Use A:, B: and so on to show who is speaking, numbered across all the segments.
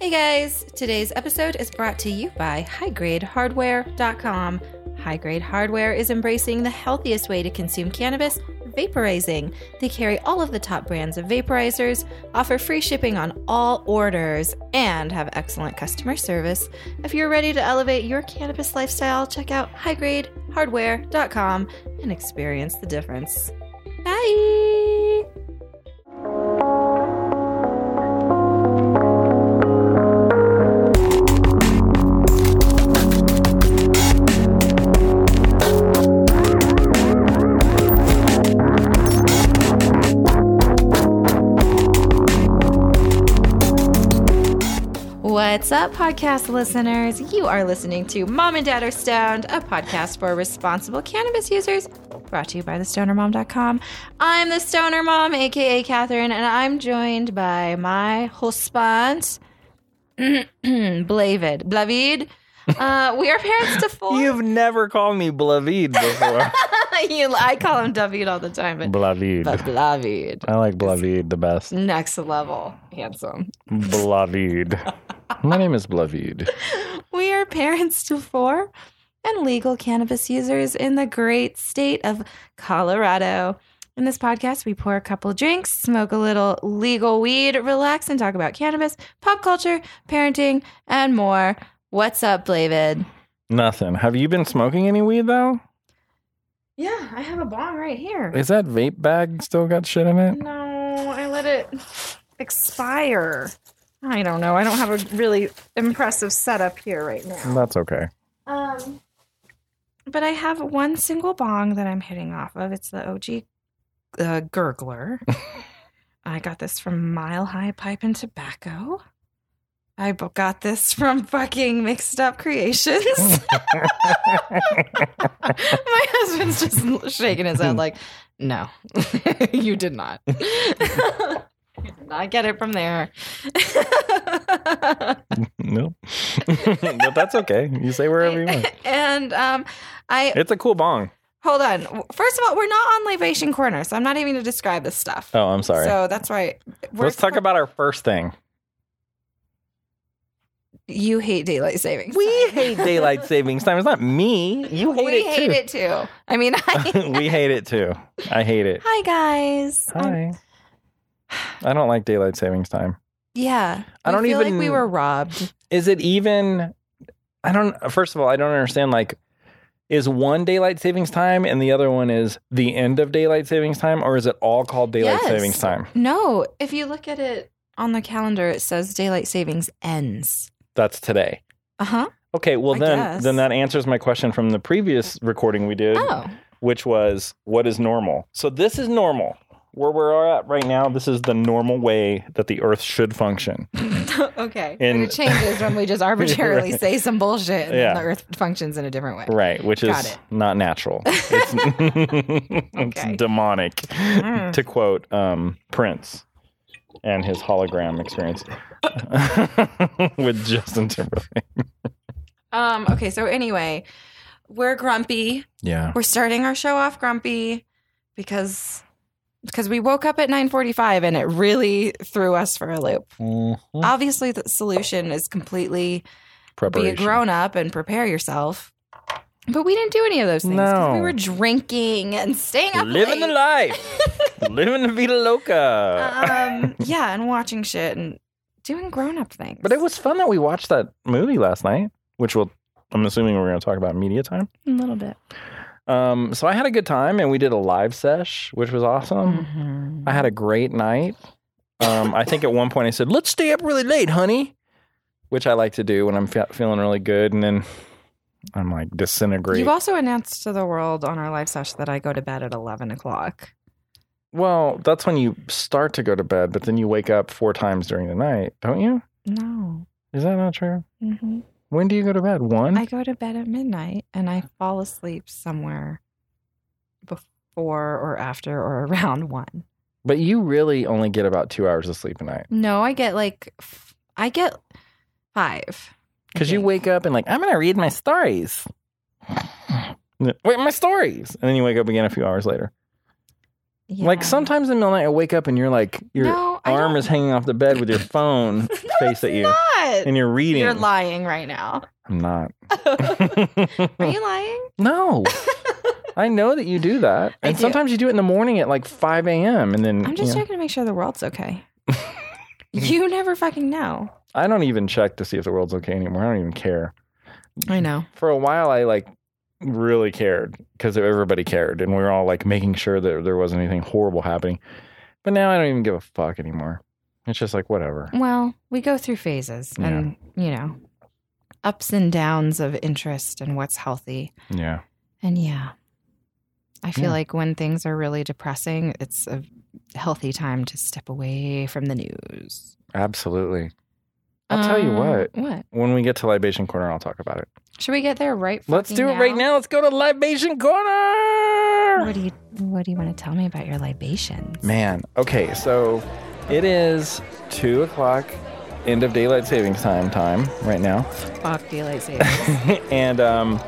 A: Hey guys, today's episode is brought to you by highgradehardware.com. High Grade Hardware is embracing the healthiest way to consume cannabis, vaporizing. They carry all of the top brands of vaporizers, offer free shipping on all orders, and have excellent customer service. If you're ready to elevate your cannabis lifestyle, check out highgradehardware.com and experience the difference. Bye! What's up, podcast listeners? You are listening to Mom and Dad Are Stoned, a podcast for responsible cannabis users, brought to you by thestonermom.com. I'm the Stoner Mom, aka Catherine, and I'm joined by my husband, Blavid. Blavid. Uh, we are parents to four.
B: You've never called me Blavid before.
A: You- I call him David all the time, but, but
B: Blavid.
A: Blavid.
B: I like Blavid the best.
A: Next level, handsome.
B: Blavid. My name is Blavid.
A: We are parents to four and legal cannabis users in the great state of Colorado. In this podcast, we pour a couple drinks, smoke a little legal weed, relax, and talk about cannabis, pop culture, parenting, and more. What's up, David?
B: Nothing. Have you been smoking any weed though?
A: Yeah, I have a bong right here.
B: Is that vape bag still got shit in it?
A: No, I let it expire. I don't know. I don't have a really impressive setup here right now.
B: That's okay.
A: Um, but I have one single bong that I'm hitting off of. It's the OG uh, Gurgler. I got this from Mile High Pipe and Tobacco. I bu- got this from fucking Mixed Up Creations. My husband's just shaking his head like, no, you did not. you did not get it from there.
B: nope. but that's okay. You say wherever you want.
A: and um, I
B: It's a cool bong.
A: Hold on. First of all, we're not on Libation Corner, so I'm not even going to describe this stuff.
B: Oh, I'm sorry.
A: So that's why we're-
B: Let's talk about our first thing.
A: you hate daylight savings.
B: We hate daylight savings time. It's not me. You hate
A: we
B: it
A: hate
B: too.
A: it too. I mean, I,
B: we hate it too. I hate it.
A: hi guys. Um,
B: Hi. I don't like daylight savings time.
A: yeah,
B: I
A: We
B: don't
A: feel
B: even-
A: like we were robbed.
B: is it even i don't first of all i don't understand like is one daylight savings time and the other one is the end of daylight savings time or is it all called daylight
A: Yes.
B: savings time
A: No, if you look at it on the calendar, it says daylight savings ends.
B: that's today
A: Uh huh.
B: okay well
A: I
B: then
A: guess.
B: then that answers my question from the previous recording we did
A: Oh,
B: which was what is normal so this is normal where we're at right now this is the normal way that the earth should function
A: okay.
B: In-
A: it changes when we just arbitrarily
B: Right.
A: say some bullshit, and then
B: Yeah.
A: the Earth functions in a different way.
B: right which
A: Got
B: is
A: it.
B: not natural it's,
A: Okay.
B: it's demonic
A: Mm.
B: to quote um, Prince and his hologram experience with Justin Timberlake.
A: Um. Okay. So anyway, we're grumpy.
B: Yeah.
A: we're starting our show off grumpy because because we woke up at 9:45 and it really threw us for a
B: Mm-hmm.
A: loop. Mm-hmm. Obviously the solution is completely be a
B: Preparation.
A: grown up and prepare yourself. But we didn't do any of those things 'cause
B: No.
A: we were drinking and staying up
B: Living the
A: late.
B: life. Living the Vita Loca.
A: um yeah, and watching shit and doing grown up things.
B: but it was fun that we watched that movie last night, which we'll, I'm assuming we're going to talk about in media time.
A: a little bit.
B: Um, so I had a good time and we did a live sesh, which was awesome.
A: Mhm.
B: I had a great night. Um, I think at one point I said, "Let's stay up really late, honey," which I like to do when I'm fe- feeling really good, and then I'm like disintegrate.
A: You've also announced to the world on our live session that I go to bed at 11 o'clock.
B: well, that's when you start to go to bed, but then you wake up four times during the night, don't you?
A: No.
B: Is that not true?
A: Mm-hmm.
B: When do you go to bed? One.
A: I go to bed at midnight and I fall asleep somewhere before or after or around one.
B: but you really only get about two hours of sleep a night
A: No, I get like, f- I get five.
B: because you wake up and like I'm gonna read my stories. Wait, my stories, and then you wake up again a few hours later.
A: Yeah.
B: Like sometimes in the middle of the night, I wake up and you're like, your
A: No, I
B: arm
A: don't-
B: is hanging off the bed with your phone faced at you,
A: Not.
B: and you're reading.
A: You're lying right now.
B: I'm not.
A: Are you lying?
B: no, I know that you do that,
A: I
B: and
A: do.
B: sometimes you do it in the morning at like 5 a.m. And then
A: I'm
B: you
A: just
B: know,
A: checking to make sure the world's okay. you never fucking know.
B: I don't even check to see if the world's okay anymore. I don't even care.
A: I know.
B: For a while, I like really cared because everybody cared, and we were all like making sure that there wasn't anything horrible happening. But now I don't even give a fuck anymore. It's just like whatever.
A: Well, we go through phases and, you know, ups and downs of interest and what's healthy.
B: Yeah.
A: And yeah, I feel
B: Yeah.
A: like when things are really depressing, it's a healthy time to step away from the news.
B: Absolutely. I'll tell you
A: Um,
B: what.
A: What?
B: When we get to libation corner, I'll talk about it.
A: Should we get there right?
B: Let's
A: fucking
B: do it right now. Let's go to libation corner.
A: What do you What do you want to tell me about your libations?
B: Man, okay, so it is two o'clock, end of daylight savings time time right now,
A: Fuck daylight savings.
B: and um,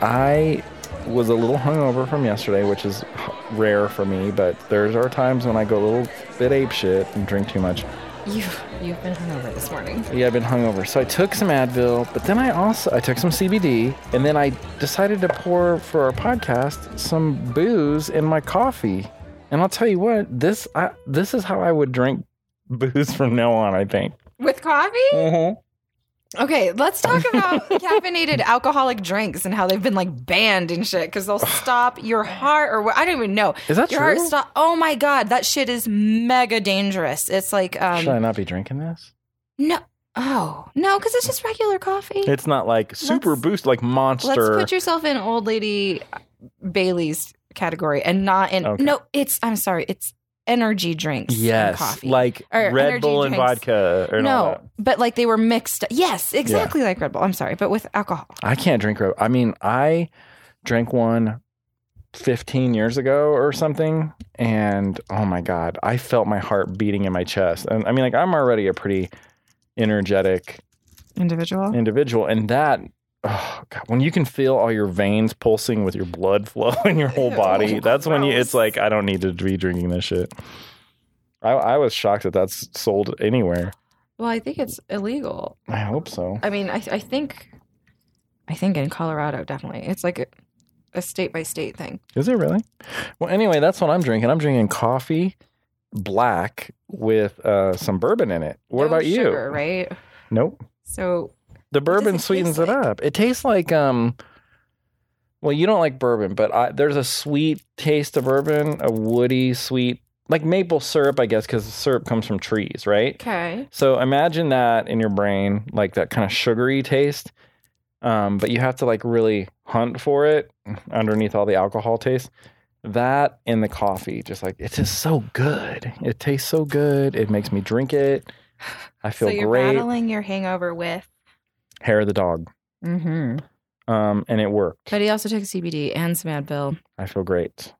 B: I was a little hungover from yesterday, which is rare for me. But there's are times when I go a little bit ape shit and drink too much.
A: you You've been hungover this morning.
B: Yeah, I've been hungover. So I took some Advil, but then I also I took some CBD, and then I decided to pour for our podcast some booze in my coffee. And I'll tell you what, this I, this is how I would drink booze from now on. I think.
A: With coffee?
B: Mm-hmm.
A: Okay, let's talk about caffeinated alcoholic drinks and how they've been like banned and shit because they'll stop your heart or what- I don't even know.
B: Is that
A: your
B: true?
A: heart stop? Oh my god, that shit is mega dangerous. It's like
B: Should I
A: um
B: not be drinking this?
A: no, oh no, because it's just regular coffee.
B: It's not like super
A: Let's-
B: boost, like
A: Let's
B: monster.
A: put yourself in old lady uh, Bailey's category and not in
B: Okay.
A: no. It's I'm sorry, it's energy drinks. and
B: yes,
A: coffee.
B: like
A: Or energy
B: Red Bull and
A: drinks.
B: vodka. And all that.
A: no, but like they were mixed. Yes, exactly like Red Bull. I'm sorry, but with alcohol.
B: I can't drink Red. I mean, I drank one 15 years ago or something, and oh my god, I felt my heart beating in my chest. And I mean, like I'm already a pretty energetic
A: Individual.
B: individual, and that. Oh God! When you can feel all your veins pulsing with your blood flow in your whole
A: Ew,
B: body, that's when you. It's
A: gross.
B: like I don't need to be drinking this shit. I, I was shocked that that's sold anywhere.
A: Well, I think it's illegal.
B: I hope so.
A: I mean, I, I think, I think in Colorado, definitely, it's like a, a state by state thing.
B: Is it really? Well, anyway, that's what I'm drinking. I'm drinking coffee black with uh, some bourbon in it. What
A: No
B: about
A: sugar,
B: you?
A: Right.
B: Nope.
A: So
B: The
A: does
B: bourbon
A: it
B: sweetens
A: taste
B: it
A: like?
B: up. It tastes like um well, you don't like bourbon, but I, there's a sweet taste of bourbon, a woody sweet like maple syrup, I guess, because syrup comes from trees, right?
A: okay,
B: So imagine that in your brain, like that kind of sugary taste. Um, but you have to like really hunt for it underneath all the alcohol taste. That in the coffee, just like it's just so good. It tastes so good. It makes me drink it. I feel
A: so you're
B: great.
A: battling your hangover with.
B: Hair of the dog.
A: Mm-hmm.
B: Um, and it worked.
A: But he also took CBD and some Advil.
B: I feel great.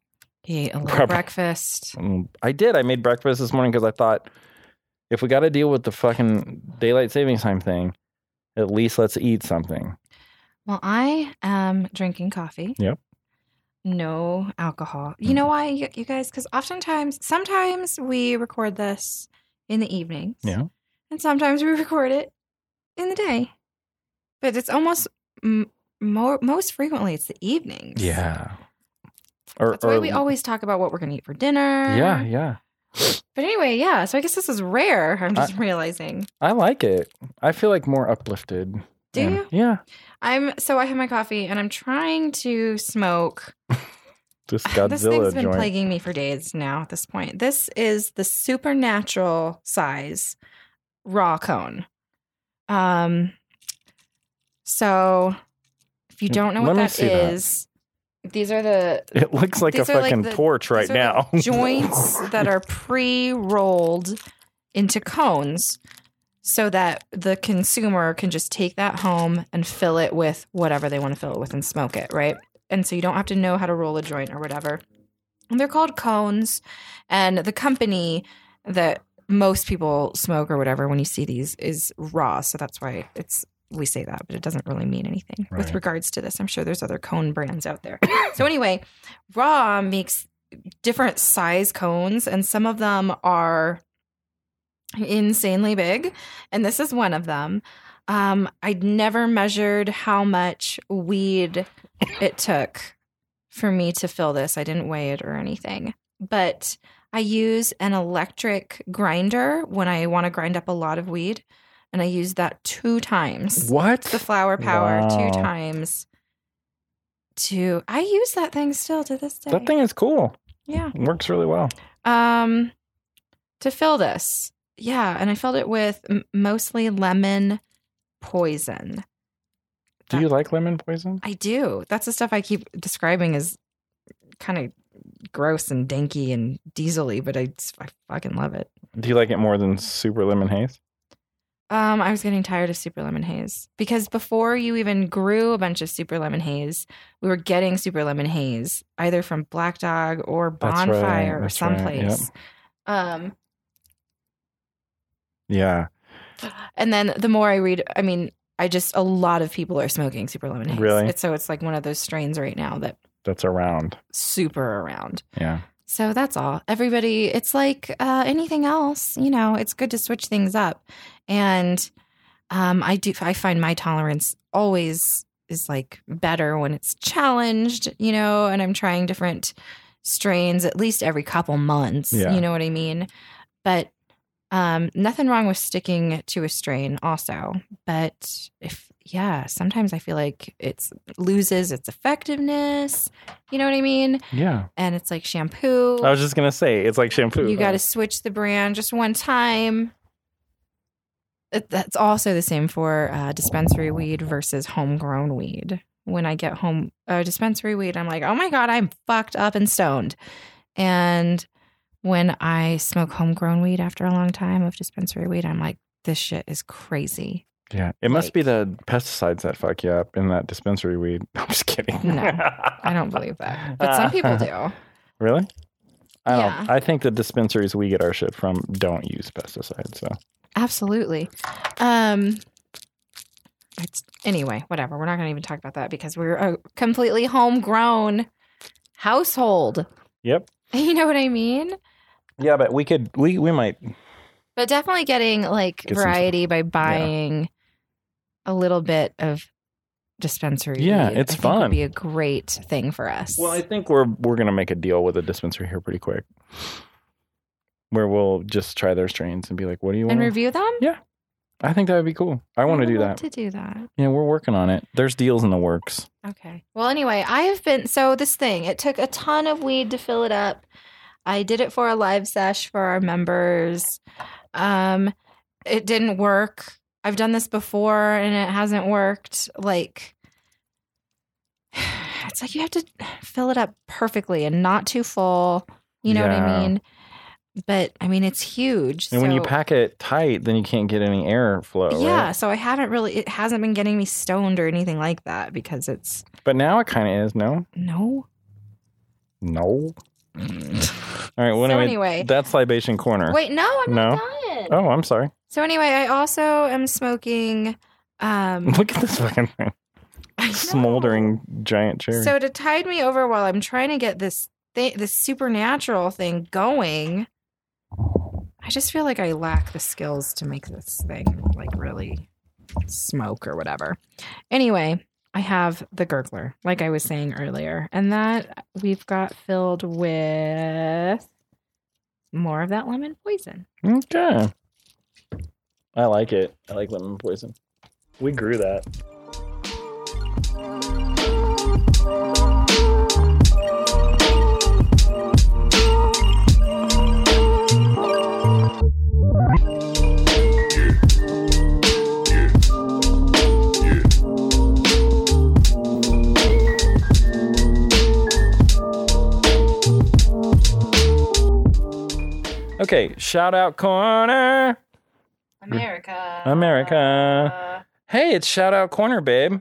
A: He ate a little
B: Probably.
A: breakfast.
B: Um, I did. I made breakfast this morning because I thought if we got to deal with the fucking daylight savings time thing, at least let's eat something.
A: Well, I am drinking coffee.
B: Yep. Mm.
A: No alcohol. You know why, you you guys? Because oftentimes, sometimes we record this in the evenings.
B: Yeah.
A: And sometimes we record it in the day. But it's almost m- more, most frequently it's the evenings.
B: Yeah. Or,
A: That's why we always talk about what we're going to eat for dinner.
B: Yeah, yeah.
A: But anyway, yeah. So I guess this is rare. I'm just realizing.
B: I like it. I feel like more uplifted.
A: Do
B: And-
A: you?
B: Yeah.
A: I'm so I have my coffee and I'm trying to smoke
B: Just
A: this
B: Godzilla
A: thing's been
B: joint.
A: plaguing me for days now at this point. This is the supernatural size raw cone. Um so if you don't know
B: Mm,
A: what
B: Let me
A: that
B: see that.
A: is, these are the
B: It looks like a
A: These are like
B: fucking
A: the-
B: torch right
A: these are
B: now.
A: the joints that are pre-rolled into cones so that the consumer can just take that home and fill it with whatever they want to fill it with and smoke it, right? And so you don't have to know how to roll a joint or whatever. And they're called cones and the company that most people smoke or whatever when you see these is raw, so that's why it's we say that, but it doesn't really mean anything with
B: Right.
A: regards to this. I'm sure there's other cone brands out there. so anyway, raw makes different size cones, and some of them are insanely big. And this is one of them. Um, I'd never measured how much weed it took for me to fill this. I didn't weigh it or anything, but I use an electric grinder when I want to grind up a lot of weed, and I use that two times
B: What?
A: the flower power
B: Wow.
A: two times. To I use that thing still to this day.
B: that thing is cool.
A: yeah.
B: It works really well.
A: Um, to fill this, yeah, and I filled it with m- mostly lemon poison.
B: Do you like lemon poison?
A: I do. That's the stuff I keep describing as kind of gross and danky and diesely, but I, I fucking love it.
B: Do you like it more than super lemon haze?
A: Um, I was getting tired of super lemon haze because before you even grew a bunch of super lemon haze, we were getting super lemon haze either from Black Dog or
B: That's right,
A: Bonfire or
B: that's right, yep.
A: someplace. Um,
B: Yeah,
A: and then the more I read, I mean, I just a lot of people are smoking super lemon haze.
B: Really?
A: It's, so it's like one of those strains right now that
B: that's around.
A: super around.
B: Yeah.
A: So that's all. Everybody, it's like uh, anything else, you know, it's good to switch things up. And um, I do, I find my tolerance always is like better when it's challenged, you know, and I'm trying different strains at least every couple months.
B: Yeah.
A: You know what I mean? But um, nothing wrong with sticking to a strain also. But if, yeah, sometimes I feel like it's loses its effectiveness. You know what I mean?
B: Yeah.
A: and it's like shampoo.
B: I was just going to say, it's like shampoo.
A: you got to switch the brand just one time. It- That's also the same for uh, dispensary weed versus homegrown weed. When I get home uh, dispensary weed, I'm like, oh my god, I'm fucked up and stoned. And when I smoke homegrown weed after a long time of dispensary weed, I'm like, this shit is crazy.
B: Yeah. It must
A: like-
B: be the pesticides that fuck you up in that dispensary weed. I'm just kidding.
A: No, I don't believe that, but some people do.
B: Really? I don't.
A: Yeah.
B: I think the dispensaries we get our shit from don't use pesticides. So
A: Absolutely. Um it's anyway, whatever. We're not going to even talk about that because we're a completely homegrown household.
B: Yep.
A: You know what I mean?
B: Yeah, but we could we we might
A: But definitely getting like
B: Get some-
A: variety by buying a little bit of dispensary.
B: Yeah,
A: weed,
B: it's
A: I think would
B: fun.
A: be a great thing for us.
B: Well, I think we're we're gonna make a deal with a dispensary here pretty quick. Where we'll just try their strains and be like, what do you want?
A: and review them?
B: I think that would be cool. I want to
A: would
B: do
A: love
B: that.
A: To do that.
B: Yeah, we're working on it. There's deals in the works.
A: Okay. Well, anyway, I have been so this thing. It took a ton of weed to fill it up. I did it for a live sesh for our members. Um, it didn't work. I've done this before and it hasn't worked. Like, it's like you have to fill it up perfectly and not too full. You know what I
B: Yeah.
A: mean? But I mean, it's huge.
B: And when you
A: so-
B: pack it tight, then you can't get any airflow. right?
A: yeah, so I haven't really. It hasn't been getting me stoned or anything like that because it's
B: But now it kind of is. No.
A: no.
B: No. All right. Well,
A: so
B: anyway,
A: anyway,
B: that's libation corner.
A: Wait, no, I'm not done.
B: Oh, I'm sorry.
A: So anyway, I also am smoking um
B: Look at this fucking thing.
A: I know.
B: smoldering giant cherry.
A: So to tide me over while I'm trying to get this thing this supernatural thing going, I just feel like I lack the skills to make this thing like really smoke or whatever. Anyway, I have the gurgler, like I was saying earlier, and that we've got filled with more of that lemon poison.
B: okay. I like it. I like lemon poison. We grew that. Okay, shout out corner.
A: America.
B: America. Hey, it's shout out corner, babe.
A: Uh,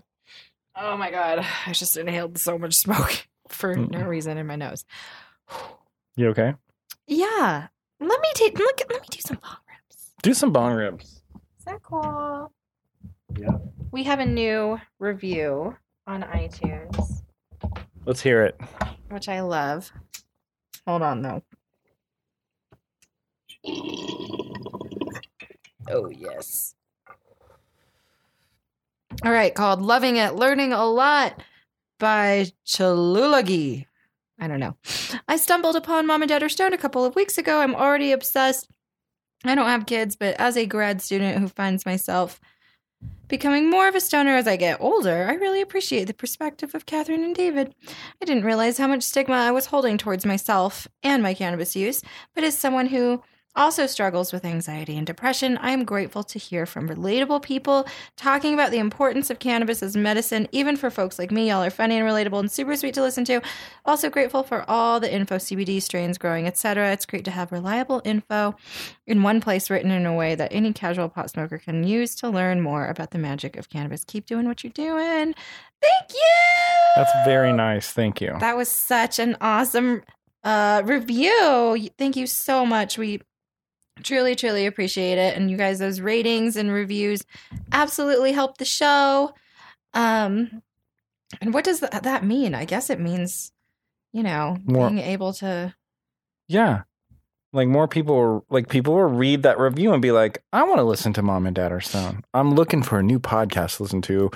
A: Oh my god, I just inhaled so much smoke for no
B: Mm.
A: reason in my nose.
B: You okay?
A: Yeah, let me take look. Let me do some bong rips.
B: Do some bong ribs.
A: Is that cool?
B: Yeah.
A: We have a new review on iTunes,
B: Let's hear it.
A: which I love. Hold on, though. Oh, yes. All right, called Loving It, Learning a Lot by Chalulagi. I don't know. I stumbled upon Mom and Dad Are Stone a couple of weeks ago. I'm already obsessed. I don't have kids, but as a grad student who finds myself becoming more of a stoner as I get older, I really appreciate the perspective of Catherine and David. I didn't realize how much stigma I was holding towards myself and my cannabis use, but as someone who also struggles with anxiety and depression, I am grateful to hear from relatable people talking about the importance of cannabis as medicine, even for folks like me. Y'all are funny and relatable and super sweet to listen to. Also grateful for all the info, CBD strains growing, etc. It's great to have reliable info in one place written in a way that any casual pot smoker can use to learn more about the magic of cannabis. Keep doing what you're doing. Thank you.
B: That's very nice. Thank you.
A: That was such an awesome uh, review. Thank you so much. We truly, truly appreciate it. And you guys, those ratings and reviews absolutely help the show. Um, and what does tha- that mean? I guess it means, you know,
B: More-
A: being able to.
B: Yeah. Like more people will, like people will read that review and be like, I want to listen to Mom and Dad Are Stone. I'm looking for a new podcast to listen to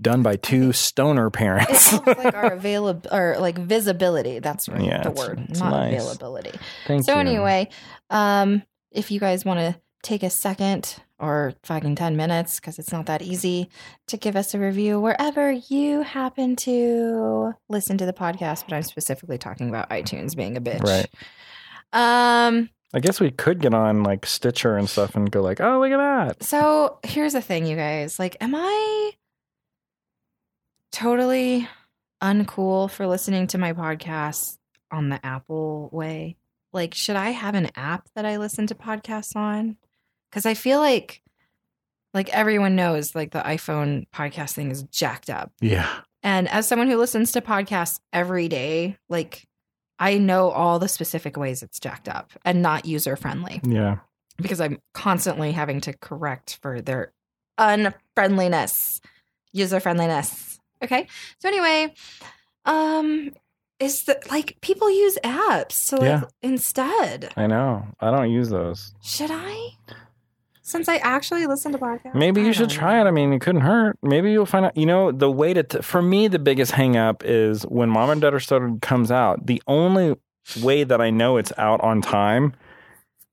B: done by two stoner
A: It
B: parents.
A: helps like our available or like visibility. That's r-
B: Yeah,
A: the
B: it's-
A: word,
B: it's
A: not
B: nice.
A: availability.
B: Thank
A: so
B: you.
A: anyway, um, if you guys want to take a second or fucking ten minutes, because it's not that easy, to give us a review wherever you happen to listen to the podcast. But I'm specifically talking about iTunes being a bitch.
B: Right.
A: Um.
B: I guess we could get on like Stitcher and stuff and go like, oh, look at that.
A: So here's the thing, you guys. Like, am I totally uncool for listening to my podcast on the Apple way? Like, should I have an app that I listen to podcasts on? Because I feel like, like everyone knows, like the iPhone podcast thing is jacked up.
B: Yeah.
A: And as someone who listens to podcasts every day, like I know all the specific ways it's jacked up and not user friendly
B: Yeah.
A: because I'm constantly having to correct for their unfriendliness, user friendliness. Okay. So anyway, um, is that like people use apps to like
B: Yeah.
A: instead?
B: I know. I don't use those.
A: Should I? Since I actually listen to podcasts,
B: Maybe you should try it. I mean, it couldn't hurt. Maybe you'll find out. You know, the way to, t- for me, the biggest hang up is when Mom and Dad Are Stone comes out, the only way that I know it's out on time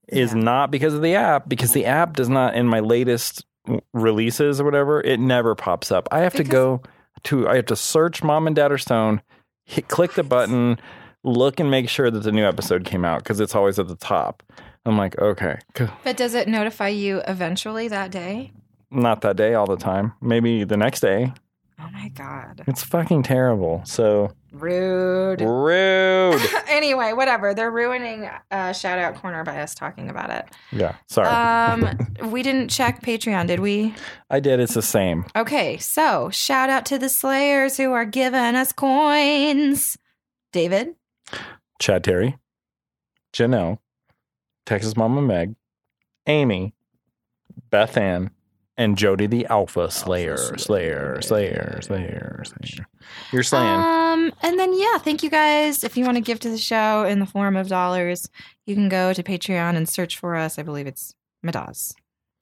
B: is
A: Yeah.
B: not because of the app, because the app does not, in my latest w- releases or whatever, it never pops up. I have to
A: Because-
B: go to, I have to search Mom and Dad Are Stone, hit, click the
A: What?
B: button, look and make sure that the new episode came out because it's always at the top. I'm like, okay, c-
A: But does it notify you eventually that day?
B: not that day all the time. Maybe the next day.
A: Oh my god,
B: It's fucking terrible. So
A: rude.
B: rude.
A: anyway, whatever. They're ruining uh, shout out corner by us talking about it.
B: yeah, sorry.
A: Um, we didn't check Patreon, did we?
B: I did. It's the same.
A: Okay, so shout out to the Slayers who are giving us coins. David,
B: Chad Terry, Janelle, Texas Mama Meg, Amy, Beth Ann, and Jody the Alpha Slayer. Slayer, Slayer, Slayer, Slayer. You're slaying.
A: um, and then yeah, thank you guys. If you want to give to the show in the form of dollars, you can go to Patreon and search for us. I believe it's Madaz.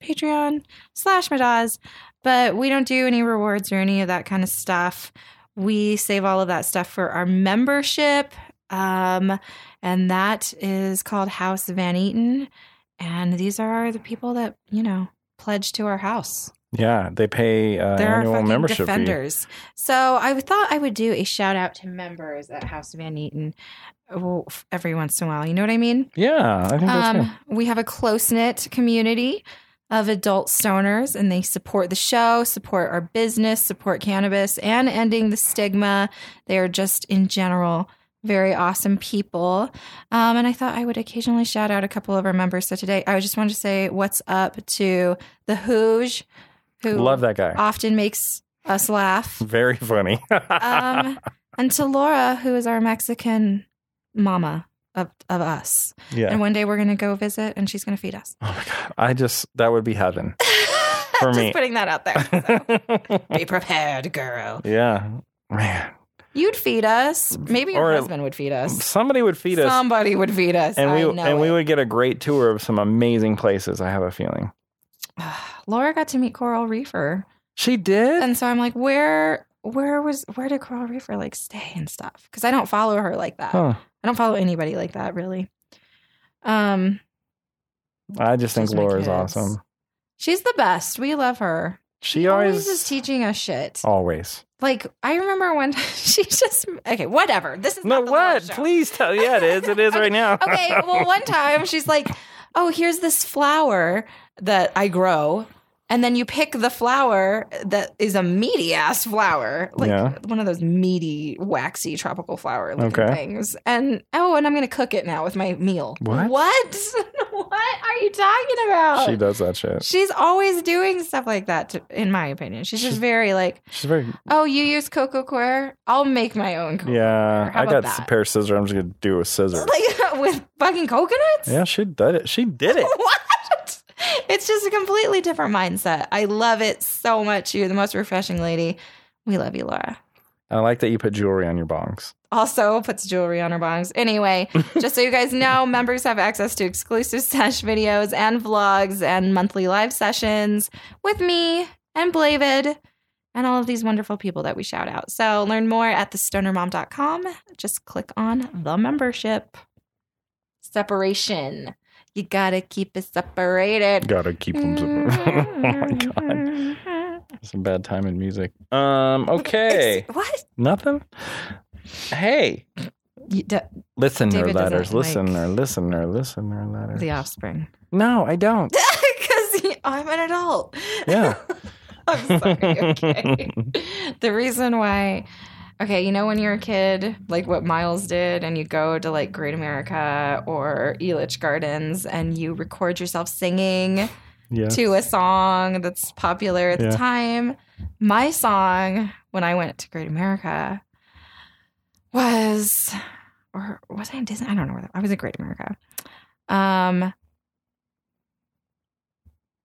A: Patreon slash Madaz, but we don't do any rewards or any of that kind of stuff. We save all of that stuff for our membership. Um, and that is called House Van Eaton. And these are the people that, you know, pledge to our house.
B: yeah, they pay uh,
A: They're our
B: annual
A: fucking
B: membership fee.
A: defenders. So I thought I would do a shout out to members at House Van Eaton oh, f- every once in a while. You know what I mean?
B: Yeah, I think that's good.
A: Um, we have a close knit community of adult stoners, and they support the show, support our business, support cannabis, and ending the stigma. They are just, in general, very awesome people. Um, and I thought I would occasionally shout out a couple of our members. So today, I just wanted to say what's up to the Hooge, who
B: Love that guy.
A: often makes us laugh,
B: Very funny.
A: um, and to Laura, who is our Mexican mama of, of us.
B: yeah.
A: And one day we're going to go visit and she's going to feed us.
B: Oh my god. I just that would be heaven. For
A: Just
B: me.
A: putting that out there. So, be prepared, girl.
B: Yeah. Man.
A: You'd feed us. Maybe your
B: Or-
A: husband would feed us.
B: Somebody would feed us,
A: Somebody would feed us.
B: and we
A: I know
B: and we
A: it.
B: would get a great tour of some amazing places. I have a feeling
A: Laura got to meet Coral Reefer,
B: she did.
A: and so I'm like, where, where was, where did Coral Reefer like stay and stuff? Because I don't follow her like that.
B: Huh.
A: I don't follow anybody like that really. Um,
B: I just think
A: She's my
B: Laura's
A: kids.
B: awesome.
A: she's the best. We love her.
B: She
A: Always
B: always Oh.
A: is teaching us shit.
B: always.
A: Like I remember when she just okay, whatever. This is
B: No,
A: not the Laura
B: what?
A: show.
B: Please tell. Yeah, it is. It is right now.
A: okay, well, one time she's like, "Oh, here's this flower that I grow." And then you pick the flower that is a meaty ass flower, like
B: Yeah.
A: one of those meaty, waxy tropical flower looking
B: Okay.
A: things. And oh, and I'm gonna cook it now with my meal.
B: What?
A: What? what are you talking about?
B: she does that shit.
A: She's always doing stuff like that, to, in my opinion. She's just
B: She-
A: very like,
B: She's very.
A: oh, you use cocoa coir? I'll make my own cocoa
B: Yeah,
A: How
B: I
A: about
B: got
A: that?
B: a pair of scissors. I'm just gonna do it with scissors.
A: like with fucking coconuts?
B: Yeah, she did it. She did it.
A: What? It's just a completely different mindset. I love it so much. You're the most refreshing lady. We love you, Laura.
B: I like that you put jewelry on your bongs.
A: Also puts jewelry on her bongs. Anyway, just so you guys know, members have access to exclusive sesh videos and vlogs and monthly live sessions with me and Blavid and all of these wonderful people that we shout out. So learn more at thestonermom.com. Just click on the membership. Separation. You gotta keep it separated.
B: Gotta keep them. separate. oh my god, it's a bad time in music. Um. Okay.
A: It's- what?
B: Nothing. Hey,
A: You d-
B: listener
A: David doesn't
B: letters.
A: like
B: Listener, listener, listener letters.
A: the offspring.
B: No, I don't.
A: Because I'm an adult.
B: Yeah.
A: I'm sorry. Okay. the reason why. Okay, you know when you're a kid, like what Miles did, and you go to like Great America or Elitch Gardens and you record yourself singing
B: Yeah.
A: to a song that's popular at
B: Yeah.
A: the time. My song when I went to Great America was, or was I in Disney? I don't know where that, I was at Great America. Um,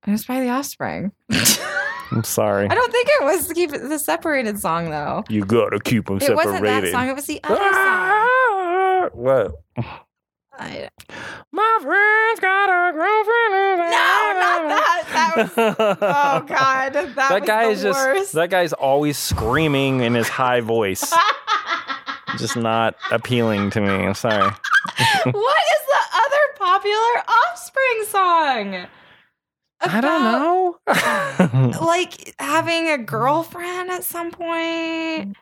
A: it was by The Offspring. I
B: I'm sorry.
A: don't think it was keep it the separated song though.
B: You gotta keep them
A: It wasn't that song. It was the other song.
B: Ah, what? Ah!
A: I,
B: My friend's got
A: no, not that.
B: a girlfriend.
A: That was. Oh God, that,
B: That
A: was
B: guy
A: the
B: is just
A: worst.
B: that guy's always screaming in his high voice. just not appealing to me. I'm sorry.
A: what is the other popular offspring song?
B: I don't
A: About,
B: know.
A: Like having a girlfriend at some point.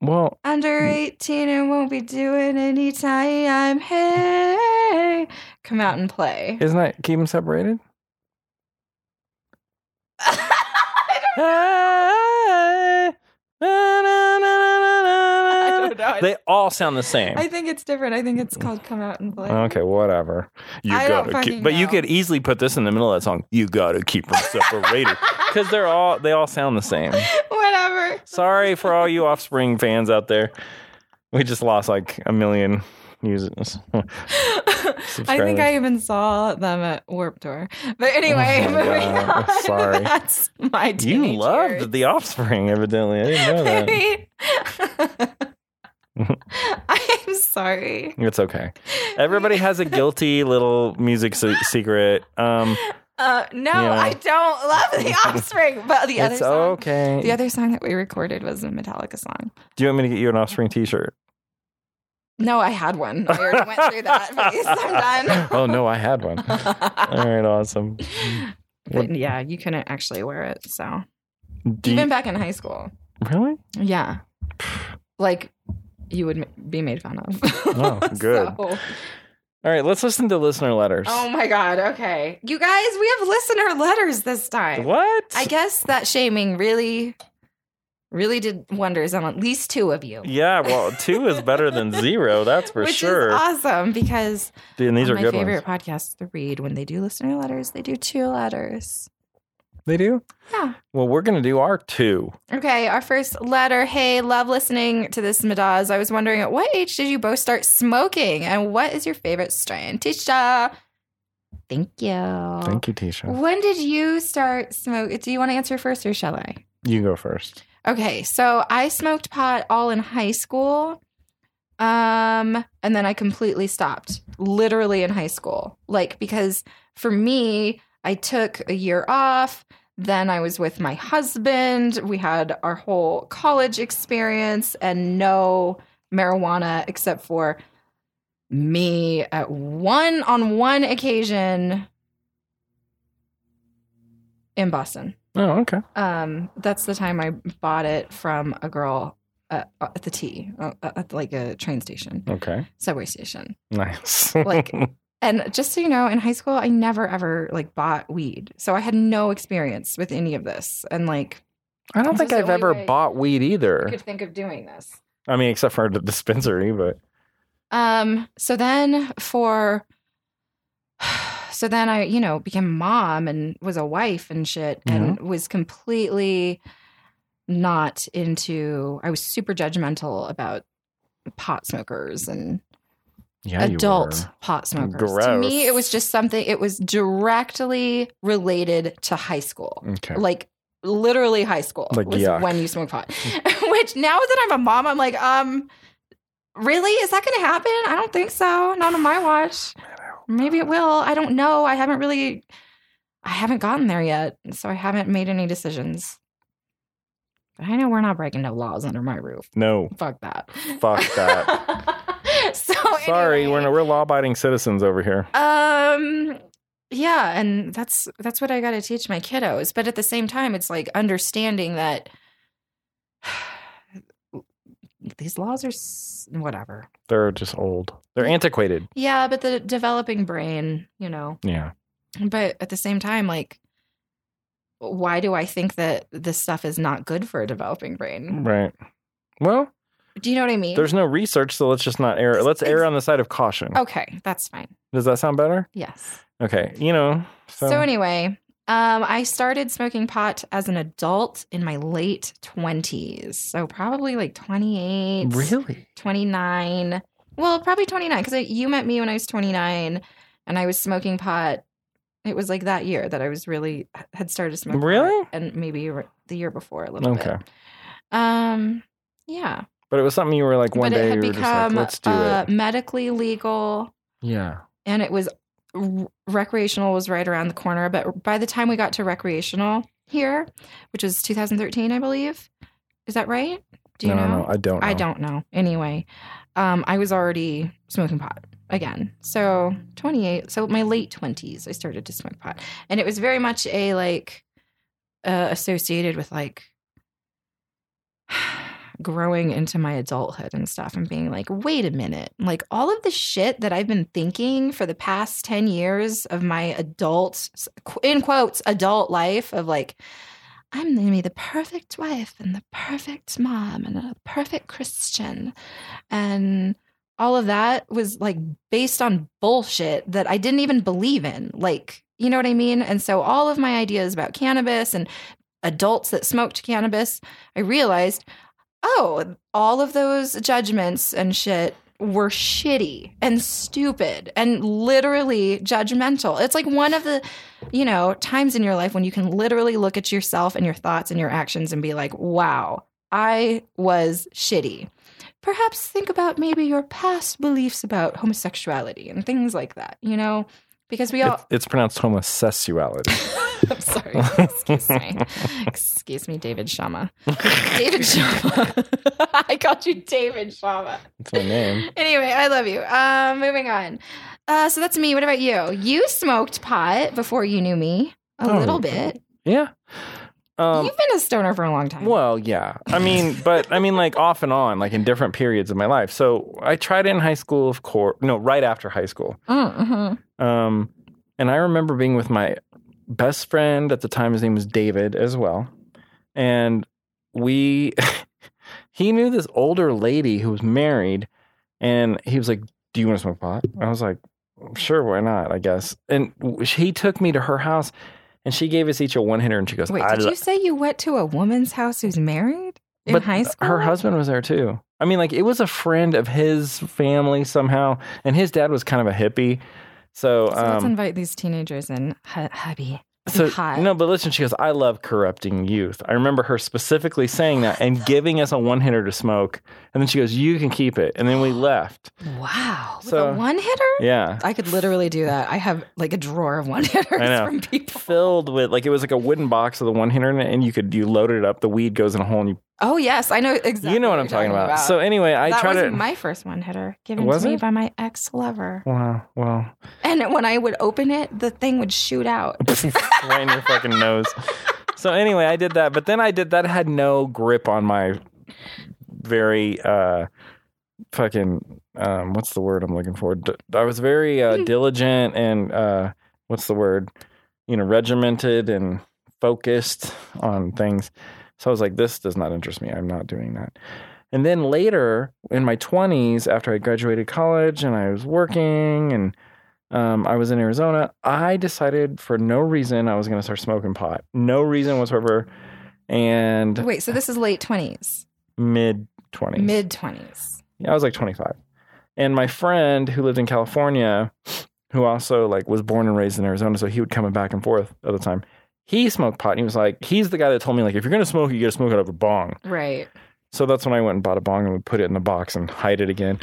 B: well,
A: Under 18 and won't be doing any time. Hey, come out and play.
B: isn't that keep them separated?
A: I don't know.
B: They all sound the same.
A: I think it's different. I think it's called Come Out and Play.
B: Mm. Okay, whatever. You
A: I don't
B: gotta
A: fucking
B: keep, but you
A: know.
B: could easily put this in the middle of that song. You gotta keep them separated because they're all they all sound the same.
A: Whatever.
B: Sorry for all you Offspring fans out there. We just lost like a million users.
A: I think I even saw them at Warp Tour. But anyway,
B: Oh my
A: moving
B: God,
A: on.
B: sorry.
A: That's my
B: you
A: teenage
B: loved
A: years.
B: the Offspring, evidently. I didn't know that.
A: I'm sorry.
B: It's okay. Everybody has a guilty little music se- secret. Um,
A: Uh, no,
B: Yeah.
A: I don't love the Offspring, but the other
B: it's
A: song.
B: okay.
A: The other song that we recorded was a Metallica song.
B: Do you want me to get you an Offspring T-shirt?
A: No, I had one. I already went through that phase. I'm done.
B: oh no, I had one. All right, awesome.
A: But yeah, you couldn't actually wear it. So
B: Do
A: even
B: you,
A: back in high school,
B: really?
A: yeah, like you would m- be made fun of.
B: Oh, good.
A: So-
B: All right, let's listen to listener letters.
A: oh my god. Okay, you guys, we have listener letters this time.
B: what?
A: I guess that shaming really, really did wonders on at least two of you.
B: yeah, well, two is better than zero, that's for
A: Which
B: sure.
A: is awesome because
B: Dude, and these
A: on
B: are
A: my
B: good ones.
A: favorite podcasts to read when they do listener letters, they do two letters.
B: They do?
A: Yeah.
B: Well, we're going to do our two.
A: Okay, our first letter. Hey, love listening to this, Madaz. I was wondering at what age did you both start smoking and what is your favorite strain? Tisha. Thank you.
B: Thank you, Tisha.
A: When did you start smoke? Do you want to answer first or shall I?
B: You go first.
A: Okay, so I smoked pot all in high school. Um, and then I completely stopped, literally in high school. Like, because for me, I took a year off. Then I was with my husband. We had our whole college experience and no marijuana except for me at one on one occasion in Boston.
B: Oh, okay.
A: Um, that's the time I bought it from a girl uh, at the T, uh, at like a train station,
B: Okay.
A: subway station.
B: Nice.
A: Like- And just so you know, in high school, I never ever like bought weed, so I had no experience with any of this. And like,
B: I don't
A: This is
B: think
A: the
B: I've
A: only
B: ever
A: way
B: bought weed
A: I
B: either.
A: could think of doing this.
B: I mean, except for the dispensary, but
A: Um, so then for so then I, you know, became a mom and was a wife and shit and
B: Mm-hmm.
A: was completely not into I was super judgmental about pot smokers and
B: yeah,
A: adult pot smokers. To me, it was
B: Gross.
A: just something it was directly related to high school
B: You were. Okay.
A: like literally high school
B: Like,
A: was
B: yuck.
A: when you smoke pot which now that i'm a mom i'm like um really is that gonna happen i don't think so not on my watch maybe it will i don't know i haven't really i haven't gotten there yet so i haven't made any decisions But i know we're not breaking no laws under my roof
B: No.
A: fuck that
B: Fuck
A: that so
B: Sorry,
A: anyway.
B: we're no- we're law-abiding citizens over here.
A: Um yeah, and that's that's what I got to teach my kiddos, but at the same time it's like understanding that these laws are s- whatever.
B: They're just old. They're antiquated.
A: Yeah, but the developing brain, you know.
B: Yeah.
A: But at the same time like why do I think that this stuff is not good for a developing brain?
B: Right. Well,
A: Do you know what I mean?
B: there's no research, so let's just not err. Let's err on the side of caution.
A: Okay, that's fine.
B: Does that sound better?
A: Yes.
B: Okay. You know. So,
A: So, anyway, um, I started smoking pot as an adult in my late 20s. So probably like 28,
B: really,
A: 29. Well, probably 29 because you met me when I was 29 and I was smoking pot. It was like that year that I was really had started
B: Oh
A: smoking. pot,
B: Really?
A: and maybe r- the year before a little
B: okay.
A: bit. Um, yeah.
B: But it was something you were like one
A: but
B: day
A: it had
B: you were
A: become
B: just like, let's do
A: uh,
B: it.
A: medically legal
B: Yeah.
A: and it was r- recreational was right around the corner but by the time we got to recreational here which was 2013 i believe is that right do you
B: no,
A: know
B: no, I don't. Know.
A: I don't know anyway um, i was already smoking pot again so 28 so my late 20s i started to smoke pot and it was very much a like uh, associated with like growing into my adulthood and stuff and being like, wait a minute, like all of the shit that I've been thinking for the past 10 years of my adult, in quotes, adult life of like, I'm going to be the perfect wife and the perfect mom and a perfect Christian. And all of that was like based on bullshit that I didn't even believe in. Like, you know what I mean? And so all of my ideas about cannabis and adults that smoked cannabis, I realized, oh, all of those judgments and shit were shitty and stupid and literally judgmental. It's like one of the, you know, times in your life when you can literally look at yourself and your thoughts and your actions and be like, wow, I was shitty. Perhaps think about maybe your past beliefs about homosexuality and things like that, you know? Because we all
B: It's, it's pronounced homosexuality.
A: I'm sorry. Excuse me. Excuse me, David Shama. David Shama. I called you David Shama.
B: That's my name.
A: Anyway, I love you. Um, moving on. Uh, so that's me. What about you? You smoked pot before you knew me a
B: Oh.
A: little bit.
B: Yeah. Um,
A: You've been a stoner for a long time.
B: Well, yeah. I mean, but I mean, like off and on, like in different periods of my life. So I tried it in high school, of course. No, right after high school.
A: Mm-hmm.
B: Um, and I remember being with my best friend at the time. His name was David as well. And we, he knew this older lady who was married. And he was like, Do you want to smoke pot? I was like, Sure, why not? I guess. And he took me to her house and she gave us each a one hitter. And she goes,
A: Wait,
B: I
A: did
B: lo-
A: you say you went to a woman's house who's married in high school?
B: her husband was there too. I mean, like it was a friend of his family somehow, and his dad was kind of a hippie. So,
A: So let's
B: um,
A: invite these teenagers in, hu- hubby.
B: So
A: hot.
B: no, but listen, she goes, I love corrupting youth. I remember her specifically saying that and giving us a one hitter to smoke. And then she goes, You can keep it. And then we left.
A: Wow. With
B: So-
A: a one hitter?
B: Yeah.
A: I could literally do that. I have like a drawer of one
B: I
A: hitters
B: know.
A: from people.
B: Filled with like it was like a wooden box with a one hitter in it, and you could you loaded it up, the weed goes in a hole and you
A: Oh yes, I know exactly.
B: you know what
A: you're
B: I'm talking about. So anyway, I
A: that
B: tried
A: was
B: to
A: my first one hitter given
B: Was
A: to me
B: it?
A: by my ex lover.
B: Wow, well
A: And when I would open it, the thing would shoot out.
B: right in your fucking nose. So anyway, I did that, but then I did that had no grip on my very uh fucking um what's the word I'm looking for? D- I was very uh, diligent and uh what's the word? You know, regimented and focused on things. So I was like this does not interest me. I'm not doing that. And then later in my 20s after I graduated college and I was working and um, I was in Arizona. I decided for no reason I was going to start smoking pot. No reason whatsoever. And
A: Wait, so this is late twenties,
B: mid 20s.
A: mid twenties.
B: Yeah, I was like 25. And my friend who lived in California, who also like was born and raised in Arizona, so he would come back and forth all the time. He smoked pot and he was like, he's the guy that told me like if you're going to smoke, you got to smoke out of a bong.
A: Right.
B: So that's when I went and bought a bong and would put it in the box and hide it again.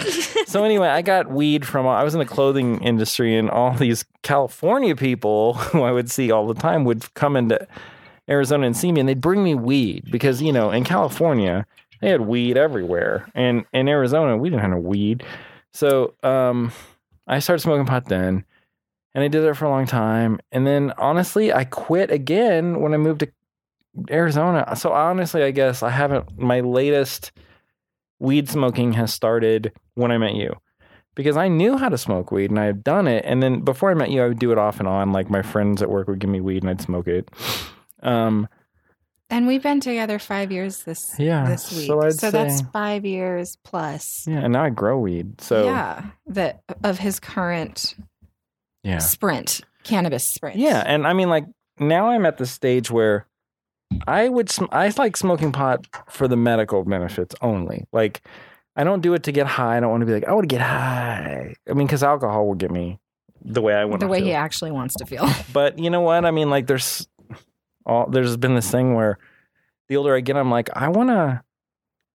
B: so anyway, I got weed from I was in the clothing industry, and all these California people who I would see all the time would come into Arizona and see me, and they'd bring me weed because you know in California they had weed everywhere, and in Arizona we didn't have no weed. So um, I started smoking pot then, and I did it for a long time, and then honestly I quit again when I moved to Arizona. So honestly, I guess I haven't my latest weed smoking has started when I met you. Because I knew how to smoke weed and I had done it. And then before I met you, I would do it off and on. Like my friends at work would give me weed and I'd smoke it. Um,
A: And we've been together five years this
B: yeah.
A: this week.
B: So
A: So,
B: I'd say,
A: that's five years plus.
B: yeah. And now I grow weed. So
A: yeah, that of his current
B: yeah.
A: sprint, cannabis sprint.
B: Yeah, and I mean, like now I'm at the stage where I would sm- I like smoking pot for the medical benefits only. Like I don't do it to get high. I don't want to be like I want to get high. I mean, because alcohol will get me the way I want.
A: the way
B: feel.
A: he actually wants to feel.
B: But you know what? I mean, like there's all there's been this thing where the older I get, I'm like I want to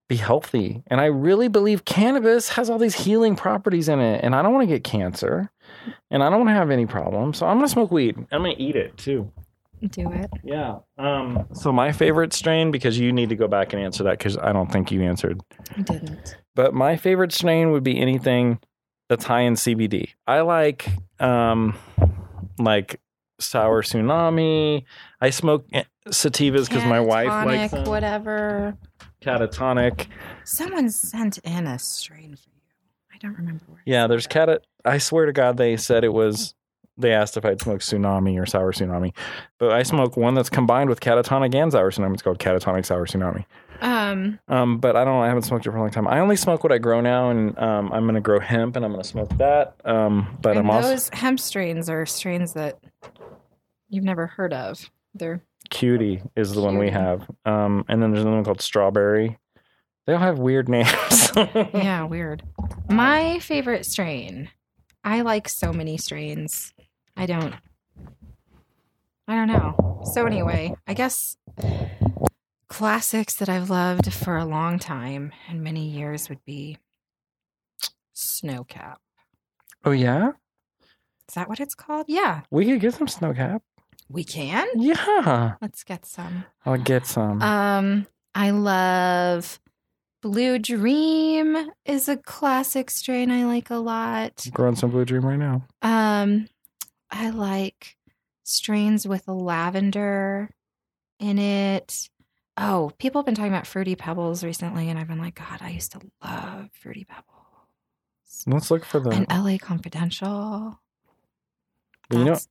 B: be healthy, and I really believe cannabis has all these healing properties in it, and I don't want to get cancer. And I don't want to have any problems, so I'm gonna smoke weed. I'm gonna eat it too.
A: Do it.
B: Yeah. Um, so my favorite strain, because you need to go back and answer that, because I don't think you answered.
A: I didn't.
B: But my favorite strain would be anything that's high in CBD. I like, um, like sour tsunami. I smoke eh, sativas because my wife likes
A: Catatonic,
B: them.
A: whatever.
B: catatonic.
A: Someone sent in a strain for you. I don't remember where.
B: Yeah, there's cat. I swear to God, they said it was. They asked if I'd smoke tsunami or sour tsunami, but I smoke one that's combined with catatonic and sour tsunami. It's called catatonic sour tsunami.
A: Um,
B: Um, but I don't. I haven't smoked it for a long time. I only smoke what I grow now, and um, I'm gonna grow hemp, and I'm gonna smoke that. Um, but
A: and
B: I'm also
A: those hemp strains are strains that you've never heard of. They're
B: cutie is the one we
A: Cutie.
B: have. Um, and then there's another one called strawberry. They all have weird names.
A: yeah, weird. My favorite strain. I like so many strains. I don't. I don't know. So anyway, I guess classics that I've loved for a long time and many years would be Snowcap.
B: oh yeah,
A: Is that what it's called? Yeah,
B: we could get some snowcap.
A: we can.
B: Yeah,
A: Let's get some.
B: I'll get some.
A: Um, I love Blue Dream is a classic strain I like a lot.
B: I'm growing some blue dream right now.
A: Um, I like strains with lavender in it. Oh, people have been talking about fruity pebbles recently, and I've been like, God, I used to love fruity pebbles.
B: Let's look for them.
A: And uh, LA Confidential.
B: You know,
A: That's-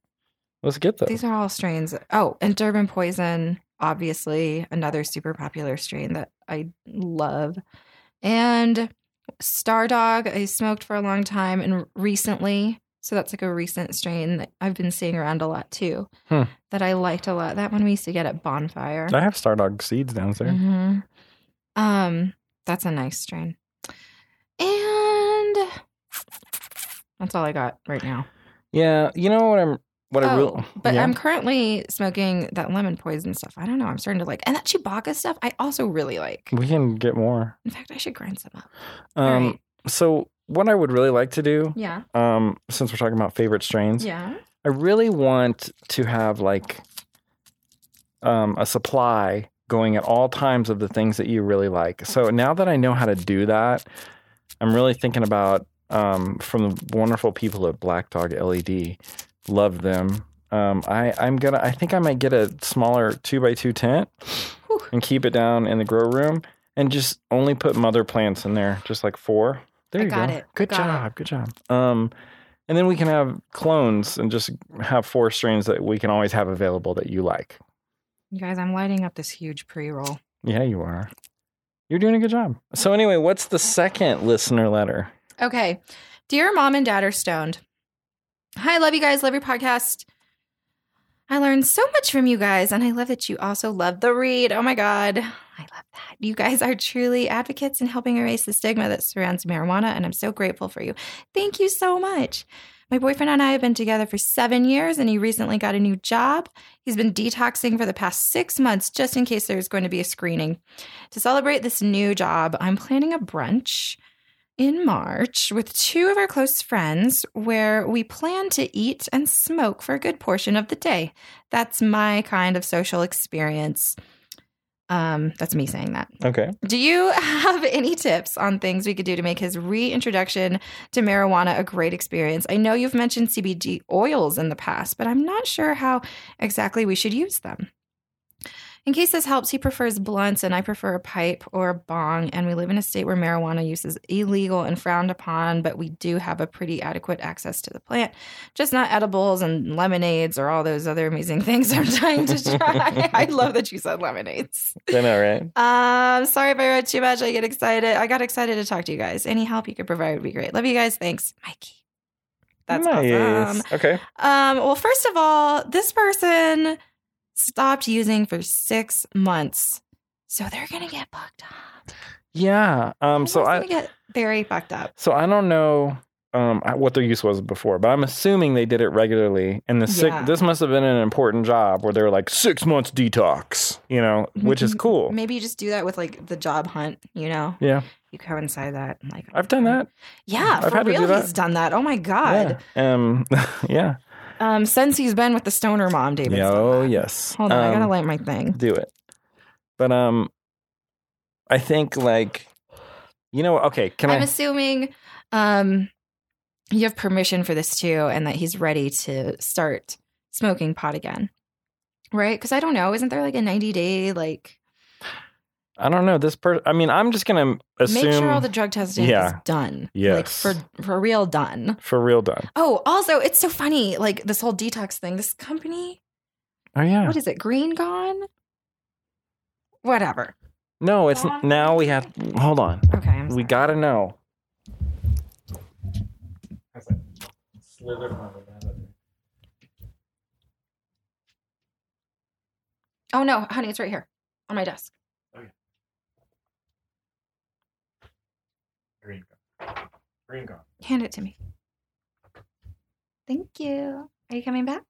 B: let's get them.
A: these are all strains. Oh, and Durban Poison, obviously, another super popular strain that I love. And Stardog, I smoked for a long time and recently. So that's like a recent strain that I've been seeing around a lot too
B: Hmm.
A: that I liked a lot. That one we used to get at Bonfire.
B: I have Stardog seeds downstairs.
A: Mhm. Um, that's a nice strain. And that's all I got right now.
B: Yeah, you know what I'm What I
A: Mm-hmm. Oh,
B: really,
A: but
B: yeah.
A: I'm currently smoking that lemon poison stuff. I don't know. I'm starting to like, and that Chewbacca stuff. I also really like.
B: we can get more.
A: In fact, I should grind some up. All
B: Um,
A: right.
B: So what I would really like to do,
A: Yeah,
B: um, since we're talking about favorite strains,
A: yeah.
B: I really want to have like um, a supply going at all times of the things that you really like. So now that I know how to do that, I'm really thinking about um, from the wonderful people at Black Dog LED. Love them. Um, I I'm gonna. I think I might get a smaller two by two tent
A: Whew.
B: and keep it down in the grow room and just only put mother plants in there, just like four. There
A: I
B: you
A: got
B: go.
A: it.
B: Good
A: Got it.
B: job. Good job. Um, and then we can have clones and just have four strains that we can always have available that you like.
A: You guys, I'm lighting up this huge pre-roll.
B: Yeah, you are. You're doing a good job. So anyway, what's the second listener letter?
A: Okay, dear mom and dad are stoned. Hi, love you guys. Love your podcast. I learned so much from you guys, and I love that you also love the read. Oh my god, I love that. You guys are truly advocates in helping erase the stigma that surrounds marijuana, and I'm so grateful for you. Thank you so much. My boyfriend and I have been together for seven years, and he recently got a new job. He's been detoxing for the past six months just in case there's going to be a screening. To celebrate this new job, I'm planning a brunch in March with two of our close friends where we plan to eat and smoke for a good portion of the day. That's my kind of social experience. Um, that's me saying that.
B: Okay.
A: Do you have any tips on things we could do to make his reintroduction to marijuana a great experience? I know you've mentioned CBD oils in the past, but I'm not sure how exactly we should use them. In case this helps, he prefers blunts and I prefer a pipe or a bong, and we live in a state where marijuana use is illegal and frowned upon, but we do have a pretty adequate access to the plant. Just not edibles and lemonades or all those other amazing things I'm trying to try. I love that you said lemonades.
B: I know, right?
A: Um, sorry if I read too much. I get excited. I got excited to talk to you guys. Any help you could provide would be great. Love you guys. Thanks, Mikey. That's awesome.
B: Okay.
A: Um, well, first of all, this person stopped using for six months, so they're gonna get fucked up.
B: Yeah. Um. So
A: Everyone's
B: I.
A: gonna get very fucked up.
B: So I don't know um, I- what their use was before, but I'm assuming they did it regularly. And the sick,
A: Yeah.
B: this must have been an important job where they were like six months detox, you know, which is cool.
A: Maybe you just do that with like the job hunt. You know,
B: Yeah,
A: you coincide that. and, Like
B: I've done that.
A: Yeah,
B: I've
A: for
B: had to do
A: real,
B: that.
A: he's done that. Oh my god.
B: Yeah. Um. yeah.
A: Um, since he's been with the stoner mom, David.
B: yeah. Oh yes.
A: Hold on, I gotta
B: Um,
A: light my thing.
B: do it. But um, I think like, you know, okay. Can
A: I'm
B: I?
A: assuming um, you have permission for this too, and that he's ready to start smoking pot again, right? Because I don't know, isn't there like a 90 day like
B: I don't know. This person. I mean, I'm just gonna assume
A: make sure all the drug testing is
B: Yeah.
A: done, like
B: Yes.
A: for for real done.
B: for real done.
A: Oh, also, it's so funny, like this whole detox thing. This company,
B: Oh yeah.
A: what is it? Green Gone, whatever.
B: No, it's now we have. Hold on.
A: Okay, I'm
B: We
A: sorry.
B: gotta know.
A: Oh no, honey, it's right here on my desk.
B: Green gum. Green gum.
A: Hand it to me. Thank you. Are you coming back?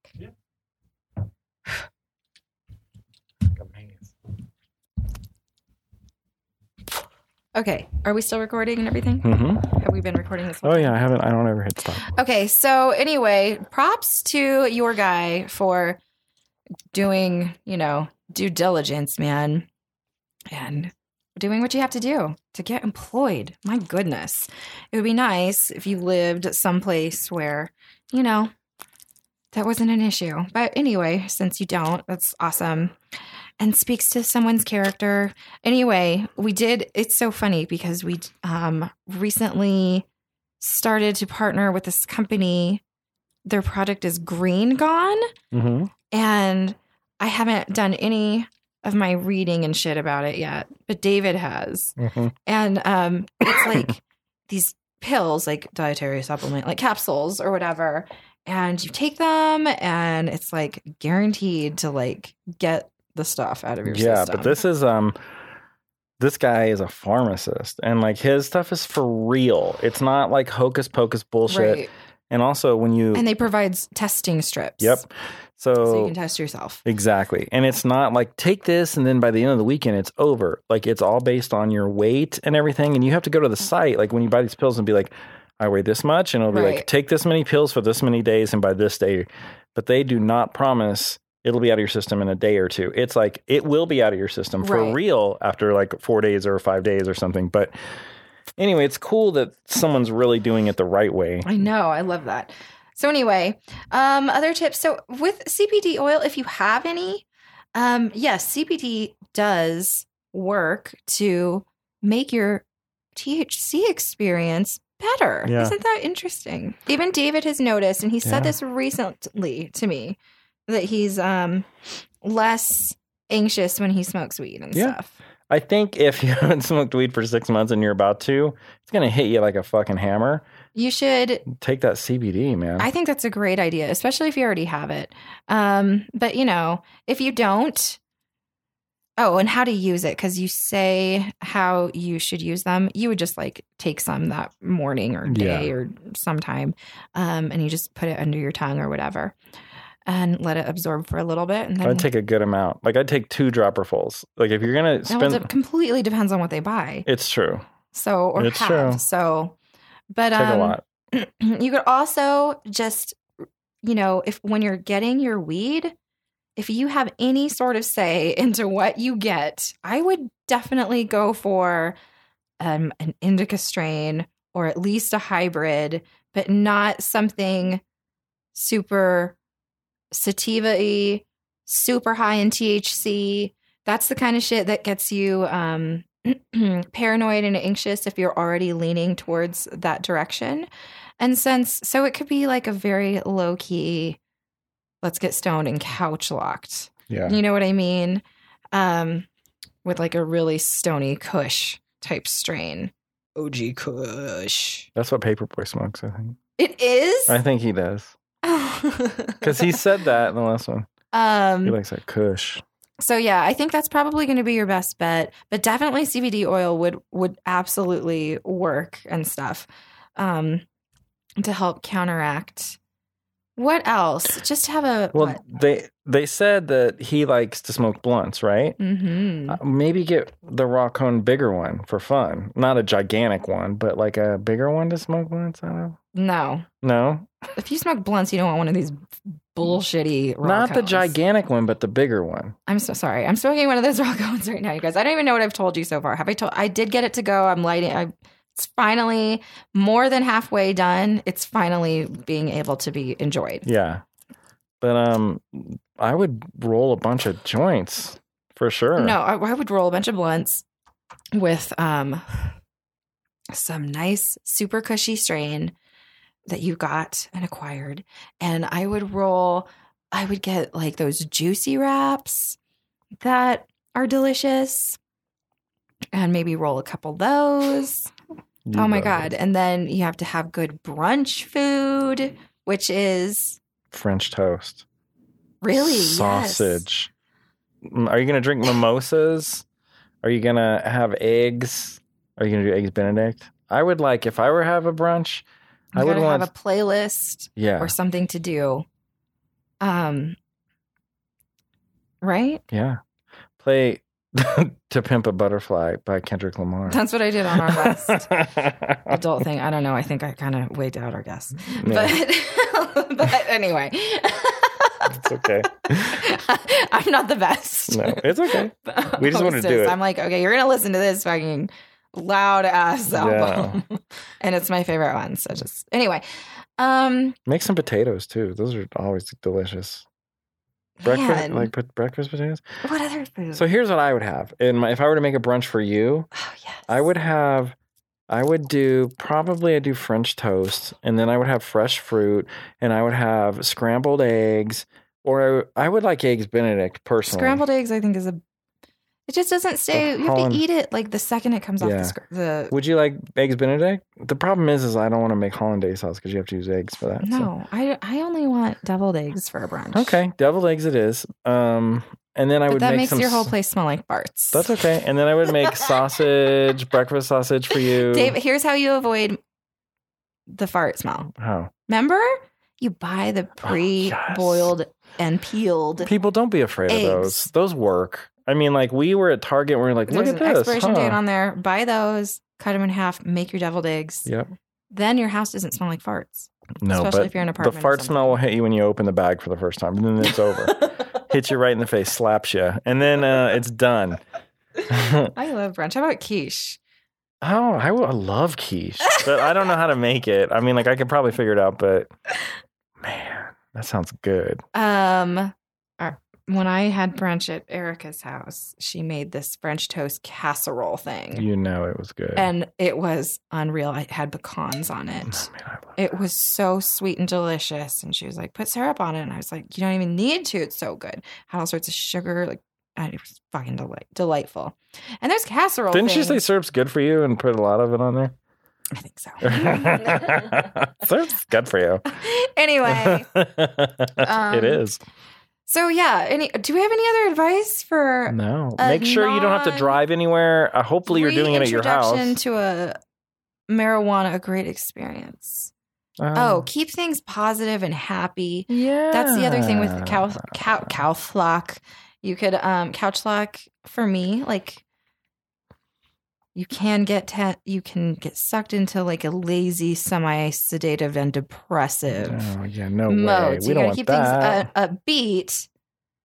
A: Okay. Are we still recording and everything?
B: Mm-hmm.
A: Have we been recording this whole
B: Oh yeah, I haven't. I don't ever hit stop.
A: Okay, so anyway, props to your guy for doing, you know, due diligence, man, and doing what you have to do to get employed. My goodness. It would be nice if you lived someplace where, you know, that wasn't an issue. But anyway, since you don't, that's awesome. And speaks to someone's character. Anyway, we did. It's so funny because we um, recently started to partner with this company. Their product is Green Gone,
B: Mm-hmm.
A: and I haven't done any of my reading and shit about it yet, but David has.
B: Mm-hmm.
A: And um, it's like these pills, like dietary supplement, like capsules or whatever. And you take them, and it's like guaranteed to like get the stuff out of your
B: Yeah,
A: system.
B: but this is um, this guy is a pharmacist, and like his stuff is for real. It's not like hocus pocus bullshit.
A: Right.
B: And also when you
A: And they provide s- testing strips.
B: Yep. Oh. So,
A: So you can test yourself.
B: Exactly. And it's not like take this and then by the end of the weekend it's over. Like it's all based on your weight and everything. And you have to go to the
A: Mm-hmm.
B: site, like when you buy these pills and be like, I weigh this much. And it'll be like,
A: Right.
B: take this many pills for this many days and by this day. But they do not promise it'll be out of your system in a day or two. It's like it will be out of your system for
A: Right.
B: real after like four days or five days or something. But anyway, it's cool that someone's really doing it the right way.
A: I know. I love that. So anyway, um, other tips. So with CBD oil, if you have any, um, yes, CBD does work to make your THC experience better.
B: Yeah.
A: Isn't that interesting? Even David has noticed, and he said
B: Yeah.
A: this recently to me, that he's um, less anxious when he smokes weed and
B: Yeah.
A: stuff.
B: I think if you haven't smoked weed for six months and you're about to, it's going to hit you like a fucking hammer.
A: You should
B: Take that CBD, man.
A: I think that's a great idea, especially if you already have it. Um, but you know, if you don't, oh, and how to use it because you say how you should use them. You would just like take some that morning or day or sometime, um, and you just put it under your tongue or whatever, and let it absorb for a little bit, and then.
B: I'd take a good amount. Like I'd take two dropperfuls. Like if you're going to
A: and well,
B: spend,
A: it completely depends on what they buy.
B: it's true.
A: So or
B: It's
A: have.
B: true.
A: So, but
B: Take
A: um,
B: a lot.
A: you could also just you know if when you're getting your weed if you have any sort of say into what you get i would definitely go for um, an indica strain or at least a hybrid but not something super sativa-y super high in thc that's the kind of shit that gets you um, paranoid and anxious if you're already leaning towards that direction and since, so it could be like a very low key, let's get stoned and couch locked.
B: Yeah.
A: You know what I mean? Um, with like a really stony Kush type strain. OG Kush.
B: That's what Paperboy smokes, I think.
A: It is?
B: I think he does. Because he said that in the last one. He
A: um,
B: likes that kush.
A: so yeah, I think that's probably going to be your best bet, but definitely CBD oil would would absolutely work and stuff um, to help counteract. What else? Just have a
B: Well,
A: what?
B: they they said that he likes to smoke blunts, right?
A: Mm-hmm.
B: Uh, maybe get the raw cone bigger one for fun. Not a gigantic one, but like a bigger one to smoke blunts. I don't know.
A: No,
B: No,
A: if you smoke blunts, you don't want one of these bullshitty. Raw
B: not the
A: cones.
B: gigantic one, but the bigger one.
A: I'm so sorry. I'm smoking one of those raw cones right now, you guys. I don't even know what I've told you so far. Have I told? I did get it to go. I'm lighting. I. It's finally more than halfway done. It's finally being able to be enjoyed.
B: Yeah, but um, I would roll a bunch of joints for sure.
A: No, I, I would roll a bunch of blunts with um some nice super cushy strain that you got and acquired, and I would roll. I would get like those juicy wraps that are delicious, and maybe roll a couple those.
B: You
A: oh my
B: got
A: god!
B: it.
A: And then you have to have good brunch food, which is
B: French toast,
A: really yes.
B: sausage. Mm, Are you gonna drink mimosas? Are you gonna have eggs? Are you gonna do eggs Benedict? I would like if I were to have a brunch.
A: You
B: I would
A: gotta
B: want
A: have a playlist.
B: yeah.
A: or something to do. Um, right?
B: Yeah. Play To Pimp a Butterfly by Kendrick Lamar.
A: That's what I did on our last
B: yeah.
A: adult thing. I don't know. I think I kind of weighed out our guess, but but anyway,
B: It's okay.
A: I'm not the best.
B: No, it's okay.
A: But
B: We just wanted to do it.
A: I'm like, okay, you're gonna listen to this fucking loud ass
B: Yeah.
A: album, and it's my favorite one. So just anyway, um,
B: Make some potatoes too. Those are always delicious. Breakfast,
A: man, Mm.
B: like put breakfast potatoes.
A: what other food?
B: So here's what I would have. And my, if I were to make a brunch for you,
A: oh yes,
B: I would have, I would do probably I do French toast, and then I would have fresh fruit, and I would have scrambled eggs, or I, I would like eggs Benedict personally.
A: Scrambled eggs, I think, is a. It just doesn't stay. You have
B: Holland-
A: to eat it like the second it comes off
B: Yeah.
A: the. Scr- the
B: Would you like eggs Benedict? The problem is, is I don't want to make hollandaise sauce because you have to use eggs for that. so-
A: no, I I only want deviled eggs for a brunch.
B: Okay, deviled eggs it is. Um, and then I
A: but
B: would
A: that
B: make
A: makes
B: some.
A: your whole
B: s-
A: place smell like farts.
B: That's okay. And then I would make sausage, breakfast sausage for you.
A: Dave, here's how you avoid the fart smell.
B: Oh,
A: Remember? You buy the pre boiled and peeled.
B: people, don't be afraid
A: Eggs.
B: of those. Those work. I mean, like we were at Target. and We were like,
A: There's
B: look at
A: an
B: this.
A: expiration
B: huh?
A: date on there. Buy those, cut them in half, make your deviled eggs.
B: Yep.
A: Then your house doesn't smell like farts.
B: No,
A: especially
B: but
A: if you're in an
B: the
A: apartment. or
B: fart
A: something.
B: smell will hit you when you open the bag for the first time, and then it's over. Hits you right in the face, slaps you, and then uh, it's done. oh,
A: I love brunch. How about quiche?
B: I would I love quiche, but I don't know how to make it. I mean, like I could probably figure it out, but man, that sounds good.
A: Um, our- when I had brunch at Erica's house, she made this French toast casserole thing,
B: You know, it was good.
A: and it was unreal. It had pecans on
B: Oh,
A: it.
B: man, I love
A: It was so sweet and delicious. And she was like, put syrup on it. And I was like, you don't even need to. It's so good. Had all sorts of sugar. Like, and it was fucking deli- delightful. And there's casserole.
B: Didn't she
A: things.
B: say syrup's good for you and put a lot of it on
A: I think so.
B: there? syrup's good for you.
A: anyway, Um,
B: it is.
A: so yeah. Any? Do we have any other advice for
B: No.
A: a
B: Make sure you don't have to
A: non-
B: drive anywhere. Uh, hopefully you're doing it at your
A: reintroduction
B: house.
A: to a marijuana a great experience.
B: Um,
A: oh, keep things positive and happy.
B: yeah. Oh,
A: That's the other thing with the cow cow cow flock. You could um couch lock for me like you can get ta- you can get sucked into like a lazy semi sedative and depressive
B: Oh, yeah, no way.
A: mode. So
B: we
A: you
B: don't
A: gotta
B: want
A: keep
B: that.
A: things uh, upbeat.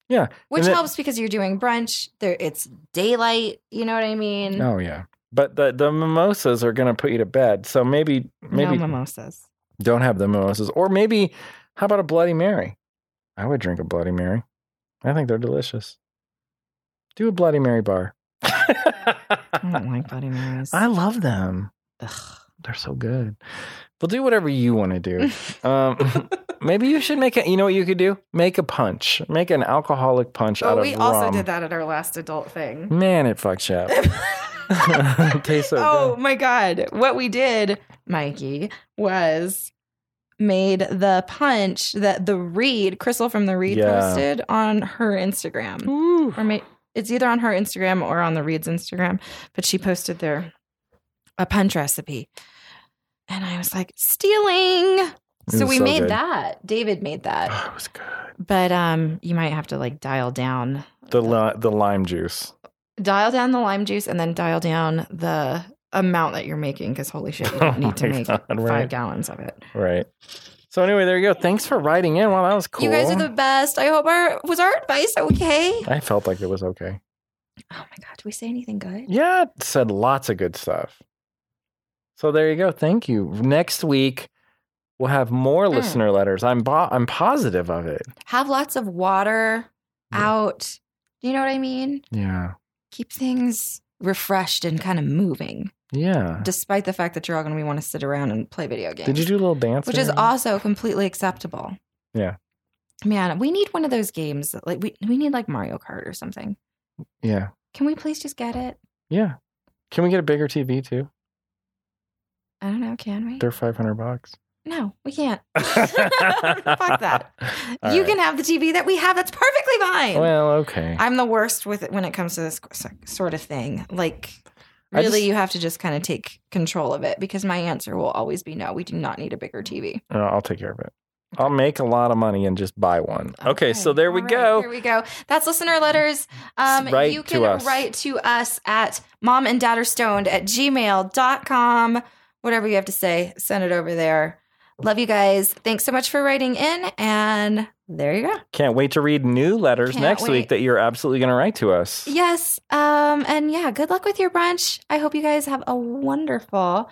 B: Yeah,
A: which
B: and it-
A: helps because you're doing brunch. There, it's daylight. You know what I mean?
B: oh yeah. But the, the mimosas are going to put you to bed. So maybe maybe
A: no mimosas.
B: don't have the mimosas or maybe how about a bloody mary? I would drink a bloody mary. I think they're delicious. Do a bloody mary bar.
A: I don't like Bloody Marys.
B: I love them.
A: Ugh.
B: They're so good. Well, do whatever you want to do. Um, maybe you should make a. You know what you could do? Make a punch. Make an alcoholic punch
A: Oh,
B: out of
A: we also
B: rum.
A: did that at our last adult thing.
B: Man, it fucks you up. Tastes Mm. so
A: oh
B: good.
A: my god! What we did, Mikey, was made the punch that the Reed Crystal from the Reed
B: Yeah.
A: posted on her Instagram,
B: Ooh.
A: or ma- it's either on her Instagram or on the Reed's Instagram. But she posted their a punch recipe, and I was like stealing.
B: It
A: So
B: was
A: we
B: so
A: made
B: good.
A: that. David made that,
B: Oh, it was good.
A: but um, you might have to like dial down
B: The li- the lime juice.
A: dial down the lime juice and then dial down the amount that you're making because holy shit you don't
B: Oh
A: need to
B: my
A: make
B: God,
A: five
B: right.
A: gallons of it
B: Right. So anyway, there you go. Thanks for writing in. Well, that was cool.
A: you guys are the best i hope our was our advice okay oh
B: I felt like it was okay.
A: my god did we say anything good
B: Yeah, it said lots of good stuff. So there you go. Thank you. Next week we'll have more
A: Mm.
B: listener letters. I'm bo- I'm positive of it.
A: have lots of water
B: Yeah.
A: out do you know what i mean
B: Yeah.
A: keep things refreshed and kind of moving
B: Yeah.
A: despite the fact that you're all going to want to sit around and play video games
B: Did you do a little dance?
A: which
B: and
A: is
B: everything?
A: also completely acceptable
B: Yeah.
A: man we need one of those games that, like we, we need like mario kart or something
B: Yeah.
A: can we please just get it
B: Yeah. Can we get a bigger TV too?
A: I don't know. Can we?
B: They're 500 bucks.
A: no, we can't. Fuck that.
B: All
A: you
B: right. Oh,
A: can have the TV that we have. That's perfectly fine.
B: Well, okay.
A: I'm the worst with it when it comes to this s- sort of thing. Like,
B: I
A: really,
B: just-
A: you have to just kind of take control of it because my answer will always be no. We do not need a bigger TV.
B: Uh, I'll take care of it. I'll make a lot of money and just buy one. Okay, so there we
A: All right,
B: go.
A: There we go. That's listener letters. Um,
B: Write
A: you
B: to
A: can
B: us.
A: write to us at mom and dad are stoned at gmail.com. Whatever you have to say, send it over there. Love you guys. Thanks so much for writing in. And there you go.
B: Can't wait to read new letters
A: Can't
B: next
A: wait.
B: week that you're absolutely going to write to us.
A: Yes. Um, and yeah, good luck with your brunch. I hope you guys have a wonderful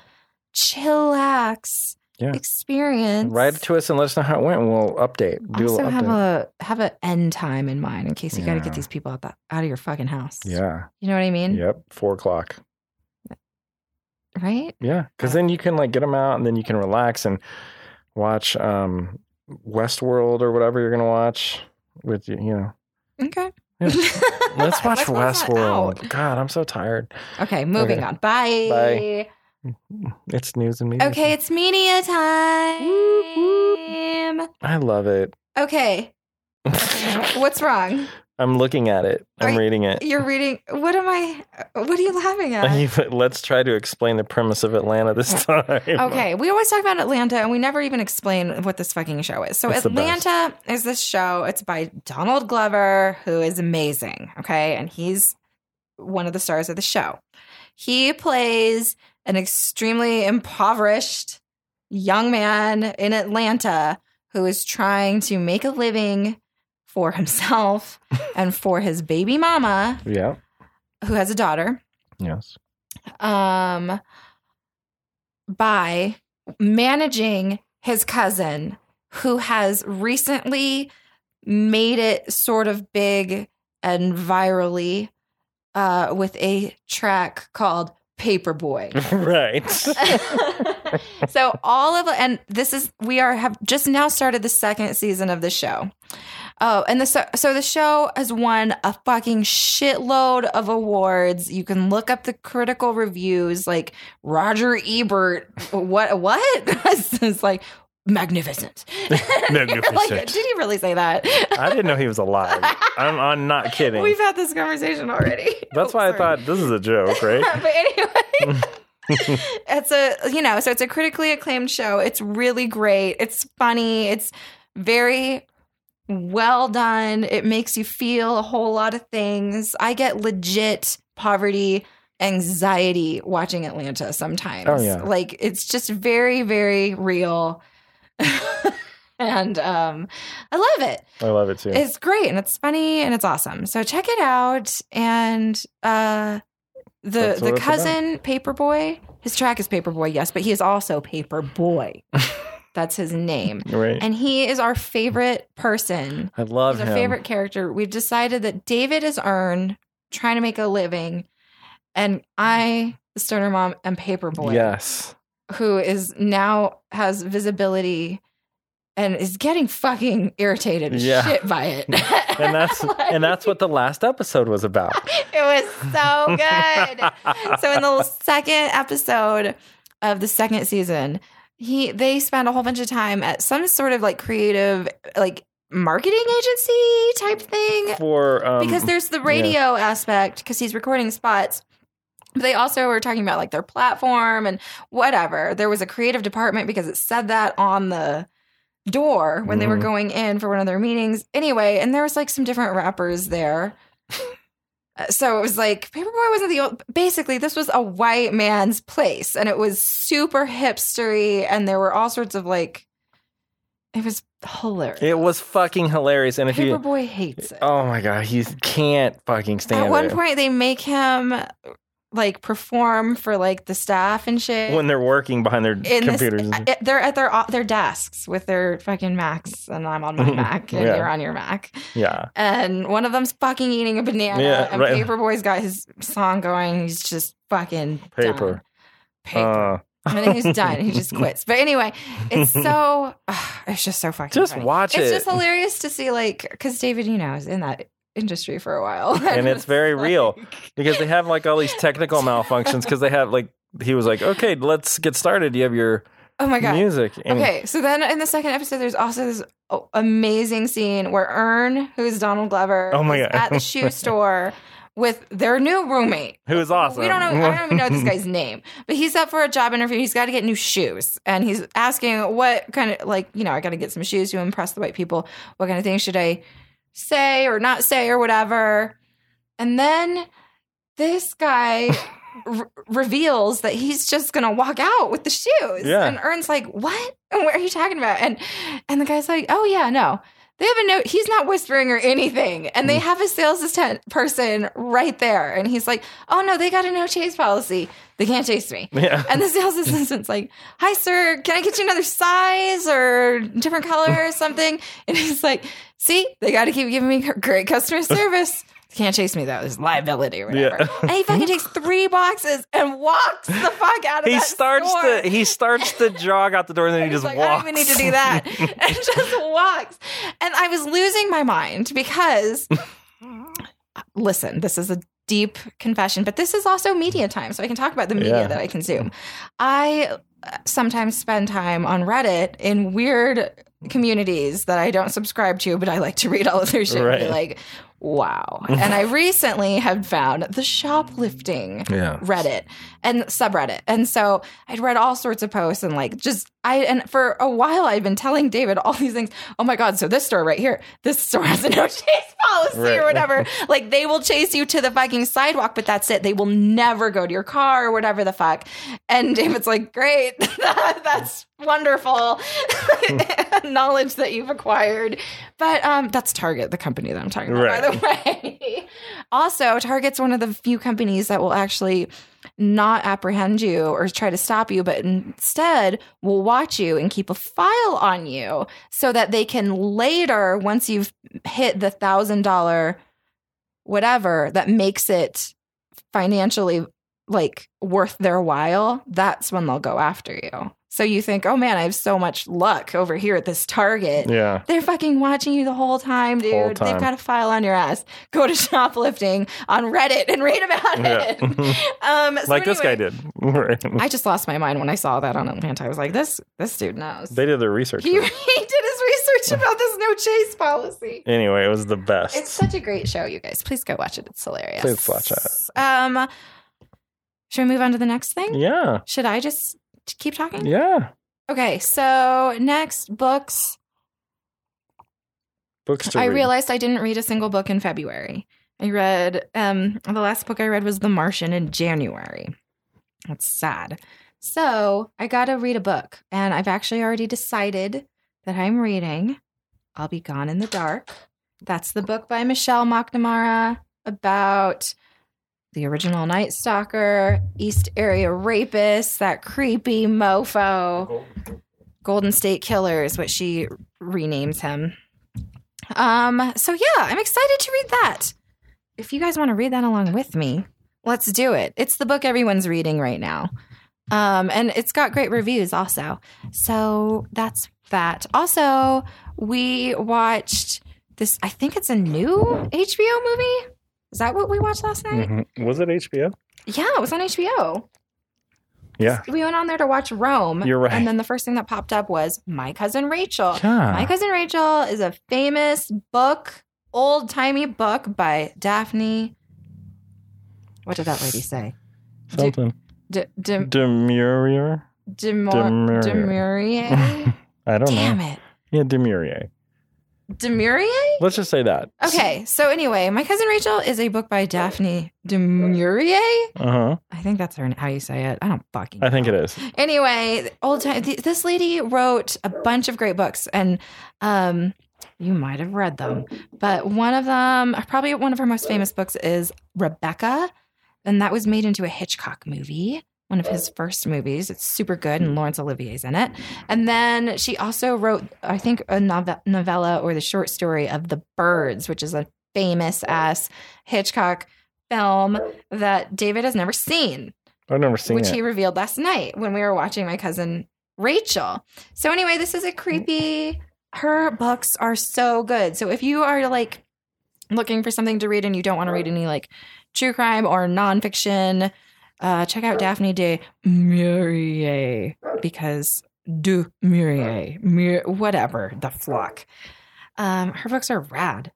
A: chillax
B: Yeah.
A: experience.
B: Write it to us and let us know how it went, and we'll update.
A: also
B: Do a little
A: have
B: update.
A: a have an end time in mind in case you got to get
B: Yeah.
A: these people out, the, out of your fucking house.
B: yeah.
A: You know what I mean?
B: Yep. Four o'clock.
A: Right?
B: Yeah, because then you can like get them out, and then you can relax and watch um Westworld or whatever you're gonna watch with you. You know,
A: Okay.
B: Yeah. let's watch
A: Westworld's not
B: Westworld. God, I'm so tired.
A: out. Okay, moving
B: Okay.
A: on. Bye.
B: Bye. It's news and media.
A: Okay, it's media time.
B: I love it.
A: Okay, what's wrong?
B: I'm looking at it. I'm
A: Are-
B: reading it.
A: You're reading. What am I? What are you laughing at?
B: You put, Let's try to explain the premise of Atlanta this time.
A: Okay, we always talk about Atlanta and we never even explain what this fucking show is. So,
B: It's the best.
A: Atlanta is this show. It's by Donald Glover, who is amazing. Okay. And he's one of the stars of the show. He plays an extremely impoverished young man in Atlanta who is trying to make a living for himself and for his baby mama,
B: Yeah.
A: who has a daughter
B: Yes.
A: um by managing his cousin who has recently made it sort of big and virally uh with a track called Paperboy.
B: right.
A: so all of and this is we are have just now started the second season of the show. Oh, and the so, so the show has won a fucking shitload of awards. You can look up the critical reviews, like Roger Ebert. What what? it's like magnificent. like,
B: Magnificent.
A: did he really say that?
B: I didn't know he was alive. I'm, I'm not kidding.
A: We've had this conversation already. Oh,
B: That's why I
A: Sorry.
B: thought this is a joke, right?
A: but anyway, it's a you know, so it's a critically acclaimed show. It's really great. It's funny. It's very well done. It makes you feel a whole lot of things. I get legit poverty anxiety watching Atlanta sometimes.
B: Oh, yeah.
A: Like it's just very very real. and um I love it.
B: I love it too.
A: It's great and it's funny and it's awesome. So check it out. And uh, the
B: That's what
A: the
B: it's
A: cousin Paperboy, his track is Paperboy, yes, but he is also Paperboy. That's his name,
B: right.
A: and he is our favorite person.
B: I love
A: He's
B: him.
A: our favorite character. We've decided that David is Earn trying to make a living, and I, the stoner mom, am Paperboy
B: Yes.
A: who is now has visibility and is getting fucking irritated as
B: Yeah.
A: shit by it.
B: And that's
A: Like,
B: and that's what the last episode was about.
A: it was so good. so in the second episode of the second season, he they spend a whole bunch of time at some sort of like creative like marketing agency type thing
B: For um,
A: because there's the radio aspect because he's recording spots. But they also were talking about like their platform and whatever. There was a creative department because it said that on the door when they were
B: Mhm.
A: going in for one of their meetings. Anyway, and there was like some different rappers there. Uh, so it was like Paperboy wasn't the old. Basically, this was a white man's place, and it was super hipstery, and there were all sorts of like. It was hilarious.
B: it was fucking hilarious. And if you,
A: Paperboy hates it.
B: oh my god, he can't fucking stand
A: At one
B: it.
A: point, they make him like perform for like the staff and shit.
B: when they're working behind their
A: In this-
B: computers.
A: I- they're at their uh, their desks with their fucking Macs, and I'm on my Mac, and
B: Mm-hmm. Yeah.
A: you're on your Mac.
B: yeah.
A: And one of them's fucking eating a banana,
B: Yeah,
A: and
B: right.
A: Paperboy's got his song going. He's just fucking
B: Paper.
A: done. Paper.
B: Uh,
A: and then he's done. He just quits. But anyway, it's so ugh, it's just so fucking.
B: just
A: funny.
B: watch
A: It's
B: it.
A: just hilarious to see, like, because David, you know, is in that industry for a while,
B: And it's very real. because they have like all these technical malfunctions because they have like he was like okay let's get started you have your
A: Oh my god.
B: music and
A: Okay, so then in the second episode, there's also this oh, amazing scene where Ern, who's Donald Glover,
B: Oh my
A: is
B: God.
A: at the shoe store with their new roommate.
B: who is awesome
A: We don't know. I don't even know this guy's name, but he's up for a job interview. He's got to get new shoes, and he's asking what kind of like you know I got to get some shoes to impress the white people. What kind of things should I say or not say or whatever? And then this guy r- reveals that he's just gonna walk out with the shoes.
B: Yeah.
A: And Ern's like, "What? What are you talking about?" And and the guy's like, "Oh yeah, no." They have a note. He's not whispering or anything. And
B: Mm.
A: they have a sales assistant person right there. And he's like, oh no, they got a no chase policy. They can't chase me.
B: yeah
A: And the sales assistant's like, hi, sir, can I get you another size or different color or something? And he's like, see, they got to keep giving me great customer service. They Can't chase me though. There's liability or whatever.
B: Yeah.
A: And he fucking takes three boxes and walks the fuck out of
B: he
A: that
B: starts
A: store.
B: the he starts the jog out the door and then he
A: He's
B: just
A: like,
B: walks
A: I don't even need to do that. and just walks. And I was losing my mind because, listen, this is a deep confession, but this is also media time. So I can talk about the media
B: Yeah.
A: that I consume. I uh, sometimes spend time on Reddit in weird communities that I don't subscribe to, but I like to read all of their shit. and be
B: Right.
A: Like, Wow. and I recently have found the shoplifting
B: Yeah.
A: Reddit and subreddit. And so I'd read all sorts of posts and like just I and for a while I'd been telling David all these things. Oh my God, so this store right here, this store has a no chase policy or
B: Right.
A: whatever. like they will chase you to the fucking sidewalk, but that's it. They will never go to your car or whatever the fuck. And David's like, great, that's wonderful knowledge that you've acquired. But um, that's Target, the company that I'm talking about, by the way. also, Target's one of the few companies that will actually not apprehend you or try to stop you, but instead will watch you and keep a file on you so that they can later, once you've hit the thousand dollar whatever that makes it financially like worth their while, that's when they'll go after you. So you think, oh man, I have so much luck over here at this Target.
B: Yeah.
A: They're fucking watching you the whole time, dude.
B: Whole
A: They've
B: time.
A: got a file on your ass. Go to shoplifting on Reddit and read about
B: Yeah.
A: it. Um, so
B: like this guy
A: anyway,
B: did. Right.
A: I just lost my mind when I saw that on Atlanta. I was like, this this dude knows.
B: they did their research.
A: he, he did his research about this no chase policy.
B: anyway, it was the best.
A: It's such a great show, you guys. Please go watch it. It's hilarious.
B: Please watch
A: it. Um, should we move on to the next thing?
B: yeah.
A: Should I just t- keep talking?
B: Yeah.
A: Okay, so next books.
B: Books to
A: I
B: read.
A: realized I didn't read a single book in February. I read um the last book I read was The Martian in January. That's sad. So I gotta read a book, and I've actually already decided that I'm reading I'll Be Gone in the Dark. That's the book by Michelle McNamara about the original Night Stalker, East Area Rapist, that creepy mofo, Golden State Killer is what she renames him. Um, so yeah, I'm excited to read that. If you guys want to read that along with me, let's do it. It's the book everyone's reading right now. Um, and it's got great reviews also. So that's that. Also, we watched this, I think it's a new HBO movie. Is that what we watched last night?
B: Mhm. Was it HBO?
A: Yeah, it was on HBO.
B: Mm-hmm. Yeah.
A: We went on there to watch Rome.
B: You're right.
A: And then the first thing that popped up was My Cousin Rachel.
B: Yeah.
A: My Cousin Rachel is a famous book, old timey book by Daphne. What did that lady say?
B: Something.
A: D- d-
B: Demurier.
A: Demur- Demurier?
B: I don't
A: Damn
B: know.
A: it.
B: Yeah, Demurier.
A: Demurier?
B: Let's just say that.
A: Okay, so anyway, My Cousin Rachel is a book by Daphne Demurier.
B: Uh huh.
A: I think that's her, how you say it. I don't fucking
B: I think
A: know.
B: it is.
A: anyway, old time. th- This lady wrote a bunch of great books, and um, you might have read them. But one of them, probably one of her most famous books, is Rebecca, and that was made into a Hitchcock movie. One of his first movies. It's super good, and Laurence Olivier's in it. And then she also wrote, I think, a nove- novella or the short story of The Birds, which is a famous ass Hitchcock film that David has never seen
B: I've never seen
A: which
B: it.
A: he revealed last night when we were watching my cousin Rachel. So anyway, this is a creepy. Her books are so good. So if you are like looking for something to read and you don't want to read any like true crime or nonfiction, uh, check out Daphne de Maurier because de Maurier, Mur- whatever the flock. Um, her books are rad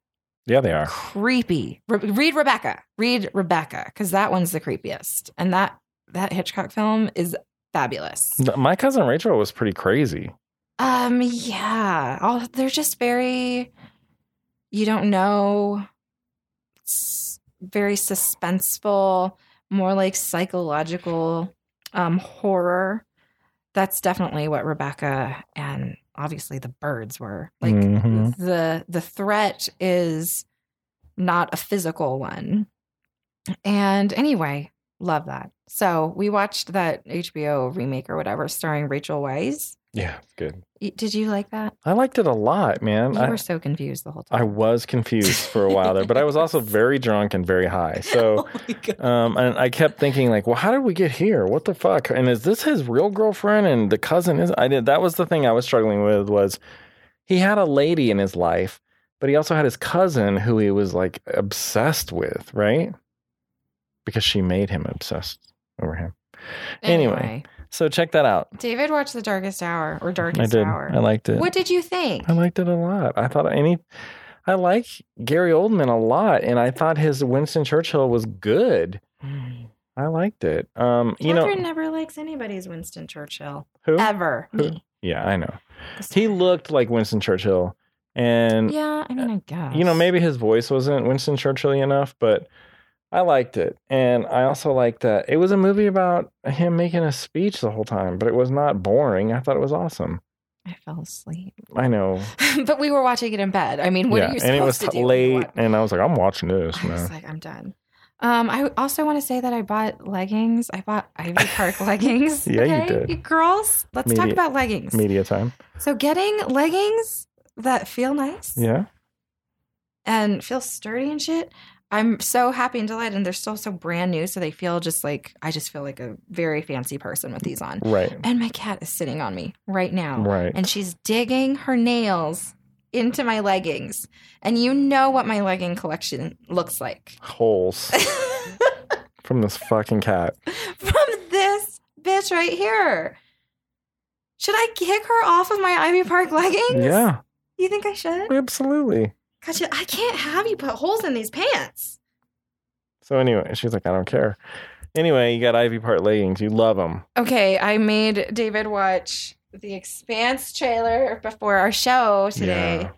B: yeah, they are.
A: creepy. Re- read Rebecca. Read Rebecca because that one's the creepiest, and that that Hitchcock film is fabulous.
B: Th- My cousin Rachel was pretty crazy.
A: Um, yeah, all, they're just very. You don't know. s- Very suspenseful, more like psychological um, horror. That's definitely what Rebecca and obviously the birds were like. mm-hmm.
B: Mhm.
A: the the threat is not a physical one. And anyway, love that. So we watched that HBO remake or whatever starring Rachel Weisz.
B: Yeah, it's good.
A: Y- Did you like that?
B: I liked it a lot, man.
A: You
B: Um, I,
A: were so confused the whole
B: I
A: time.
B: was confused for a while there, but I was also very drunk and very high. So,
A: Oh
B: um, and I kept thinking like, well, how did we get here? What the fuck? And is this his real girlfriend? And the cousin is. I did. That was the thing I was struggling with was he had a lady in his life, but he also had his cousin who he was like obsessed with, right? Because she made him obsessed over him. anyway. So check that out.
A: David watched The Darkest Hour or
B: I
A: Darkest
B: did.
A: Hour.
B: I liked it.
A: What did you think?
B: I liked it a lot. I thought any I like Gary Oldman a lot, and I thought his Winston Churchill was good. I liked it. Um, you
A: Catherine Mm.
B: know
A: never likes anybody's Winston Churchill
B: who?
A: ever.
B: Who?
A: Me.
B: Yeah, I know.
A: This-
B: He looked like Winston Churchill, and
A: yeah, I mean, I guess
B: Mm. you know maybe his voice wasn't Winston Churchill enough, but I liked it, and I also liked that it was a movie about him making a speech the whole time, but it was not boring. I thought it was awesome.
A: I fell asleep,
B: I know.
A: but we were watching it in bed. I mean, what are you supposed
B: and it was
A: to
B: t-
A: do? when you
B: late,
A: watch-
B: and I was like, I'm watching this.
A: I
B: Man.
A: was like, I'm done. Um, I also want to say that I bought leggings. I bought Ivy Park leggings.
B: Yeah, you
A: okay?
B: did.
A: girls, let's talk
B: Media-
A: about leggings.
B: Media time.
A: So getting leggings that feel nice
B: Yeah.
A: and feel sturdy and shit. I'm so happy and delighted, and they're still so brand new, so they feel just like I just feel like a very fancy person with these on.
B: Right.
A: And my cat is sitting on me right now,
B: Right.
A: and she's digging her nails into my leggings. And you know what my legging collection looks like
B: Holes
A: from
B: from this fucking cat.
A: this bitch right here. Should I kick her off of my Ivy Park leggings?
B: Yeah,
A: You think I should?
B: absolutely.
A: God, you- I can't have you put holes in these pants.
B: So anyway, she's like, I don't care. Anyway, you got Ivy Park leggings. You love them.
A: Okay, I made David watch the Expanse trailer before our show today.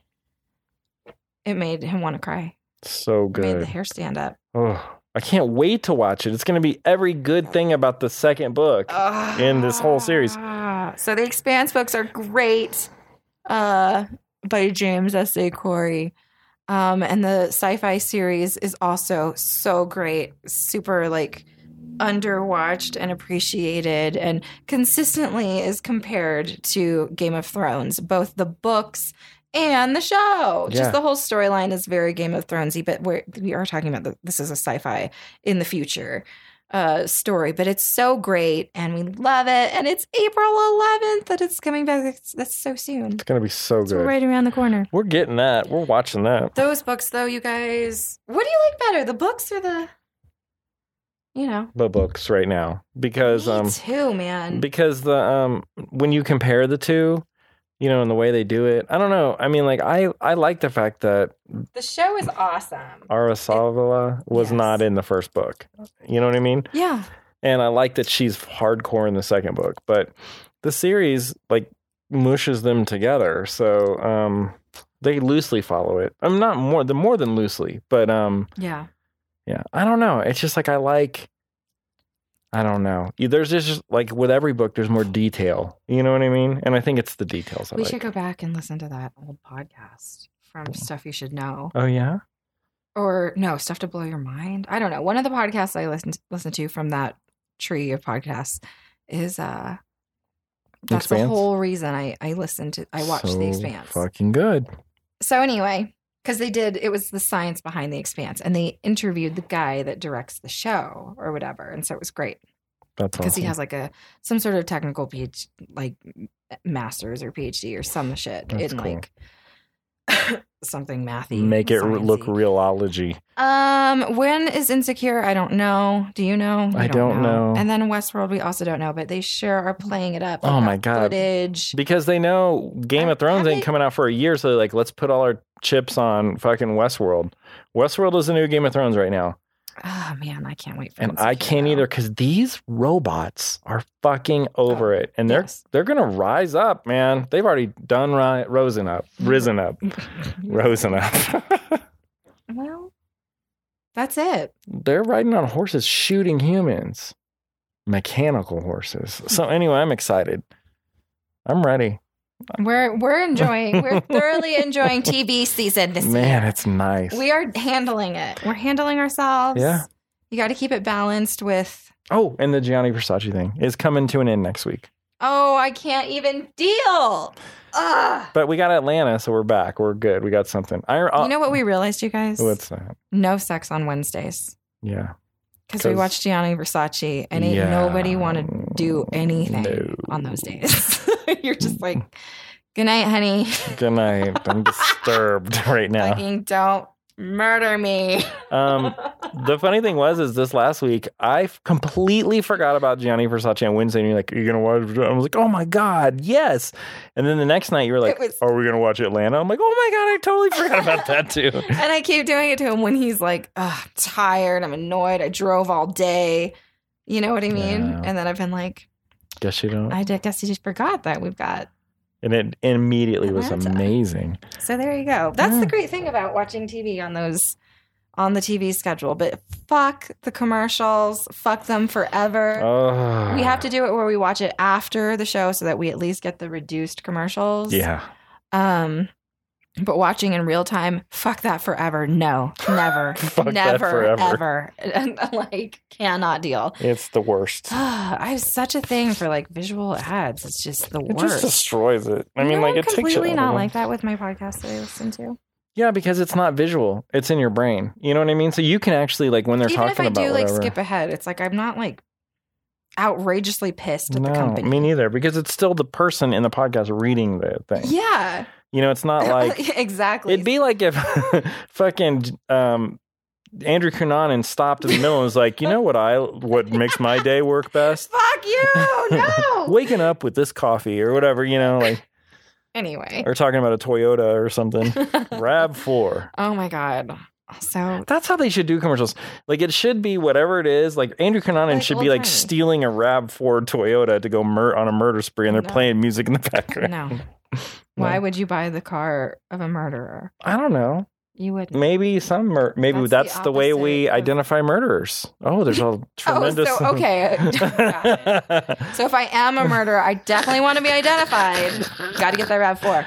B: Yeah.
A: It made him want to cry.
B: So
A: It Made the
B: good.
A: hair stand up.
B: Oh, I can't wait to watch it. It's going to be every good thing about the second book.
A: Uh,
B: In this whole series.
A: Ah, So the Expanse books are great uh, by James S.A. Corey. Um, and the sci-fi series is also so great, super like underwatched and appreciated and consistently is compared to Game of Thrones, both the books and the show.
B: Yeah.
A: Just the whole storyline is very Game of Thronesy, but we're, we are talking about the, this is a sci-fi in the future uh, story, but it's so great and we love it. And it's April 11th that it's coming back. That's, that's so soon.
B: It's going to be so
A: It's
B: good.
A: right around the corner.
B: We're getting that. We're watching that.
A: Those books, though, you guys, what do you like better, the books or the, you know?
B: The books right now because
A: Me
B: um
A: too, man.
B: because the um when you compare the two, you know, and the way they do it, I don't know. I mean, like I I like the fact that
A: the show is awesome.
B: Arasavala was
A: Yes.
B: not in the first book. You know what I mean?
A: yeah.
B: And I like that she's hardcore in the second book, but the series like mushes them together. So um they loosely follow it. I'm not more the more than loosely, but um
A: Yeah.
B: yeah, I don't know. It's just like I like I don't know. There's just like with every book there's more detail. You know what I mean? And I think it's the details I
A: we
B: like.
A: should go back and listen to that old podcast from Stuff You Should Know.
B: oh yeah?
A: or no stuff to blow your mind i don't know one of the podcasts i listen listen to from that tree of podcasts is uh that's the
B: Expanse?
A: whole reason i i listened to i watched
B: So
A: the expanse
B: Fucking good.
A: so anyway because they did it was the science behind the expanse and they interviewed the guy that directs the show or whatever and so it was great
B: That's
A: because
B: awesome.
A: he has like a some sort of technical PhD, like masters or PhD or some shit
B: That's
A: in
B: cool.
A: like something mathy.
B: Make it r- look
A: sciencey.
B: realology.
A: Um, when is Insecure? I don't know. Do you know?
B: I don't know.
A: And then Westworld, we also don't know, but they sure are playing it up. They've
B: Oh my
A: got
B: God.
A: Footage.
B: Because they know Game
A: I-
B: of Thrones
A: have
B: ain't
A: they-
B: coming out for a year, so they're like, let's put all our chips on fucking Westworld. Westworld is the new Game of Thrones right now.
A: Oh man, I can't wait for.
B: And I
A: Insecure,
B: can't
A: though.
B: either because these robots are fucking over it. And
A: Oh,
B: they're
A: yes.
B: they're gonna rise up, man. They've already done ri- risen up. Risen up. Risen up.
A: Well, that's it.
B: they're riding on horses shooting humans. Mechanical horses. So anyway, I'm excited. I'm ready.
A: We're we're enjoying. We're thoroughly enjoying TV season this
B: Man,
A: year.
B: it's nice.
A: We are handling it. We're handling ourselves.
B: Yeah.
A: You got to keep it balanced with.
B: Oh, and the Gianni Versace thing is coming to an end next week.
A: Oh, I can't even deal. Ugh.
B: But we got Atlanta, so we're back. We're good. We got something. I, uh,
A: you know what we realized, you guys?
B: What's that?
A: no sex on Wednesdays
B: Yeah.
A: because we
B: 'Cause-
A: watched Gianni Versace and ain't
B: Yeah.
A: nobody want to do anything
B: No.
A: on those days. You're just like, good night, honey.
B: Good night. I'm disturbed right now.
A: Fucking don't Murder me.
B: Um, the funny thing was, is this last week I f- completely forgot about Gianni Versace on Wednesday, and you're like, "Are you gonna watch?" I was like, "Oh my god, yes!" And then the next night you were like,
A: It was-
B: "Are we gonna watch Atlanta?" I'm like, "Oh my god, I totally forgot about that too."
A: and I keep doing it to him when he's like, Ugh, I'm tired. I'm annoyed. I drove all day. You know what I mean?
B: Yeah.
A: And then I've been like,
B: Guess you don't.
A: I d- guess you just forgot that we've got.
B: And it immediately was
A: Atlanta.
B: amazing.
A: So there you go. That's
B: Yeah.
A: the great thing about watching TV on those on the TV schedule. But fuck the commercials. Fuck them forever.
B: Oh,
A: We have to do it where we watch it after the show so that we at least get the reduced commercials.
B: Yeah,
A: Um but watching in real time, fuck that forever. No, never.
B: Fuck that
A: never
B: forever.
A: ever. like cannot deal. Ah,
B: it's the worst.
A: I have such a thing for like visual ads. It's just the
B: It
A: worst.
B: just destroys it. I mean,
A: No,
B: like
A: I'm
B: it takes you.
A: completely
B: out of
A: not
B: it.
A: like that with my podcast that I listen to.
B: Yeah, because it's not visual. It's in your brain. You know what I mean? So you can actually like when they're
A: Even
B: talking
A: if I
B: about
A: do like
B: whatever-
A: skip ahead, it's like I'm not like outrageously pissed at the company.
B: Me neither, because it's still the person in the podcast reading the thing.
A: yeah, Oh,
B: You know, it's not like
A: exactly.
B: it'd be like if fucking um Andrew Cunanan stopped in the middle and was like, you know what I what makes my day work best?
A: fuck you. No.
B: Waking up with this coffee or whatever, you know, like
A: anyway.
B: or talking about a Toyota or something. Rav four.
A: Oh my god. So
B: That's how they should do commercials. Like it should be whatever it is. Like Andrew Cunanan
A: Like
B: should be like
A: old-timey.
B: stealing a Rav Four Toyota to go mur- on a murder spree, and they're
A: No.
B: playing music in the background.
A: no. Why
B: No.
A: would you buy the car of a murderer?
B: I don't know.
A: You wouldn't.
B: Maybe some. Mur- maybe
A: That's
B: that's,
A: the
B: the, way
A: opposite
B: we
A: of-
B: identify murderers. Oh, there's a tremendous.
A: Oh, so okay. Got it. So if I am a murderer, I definitely want to be identified. Got to get that Rav Four.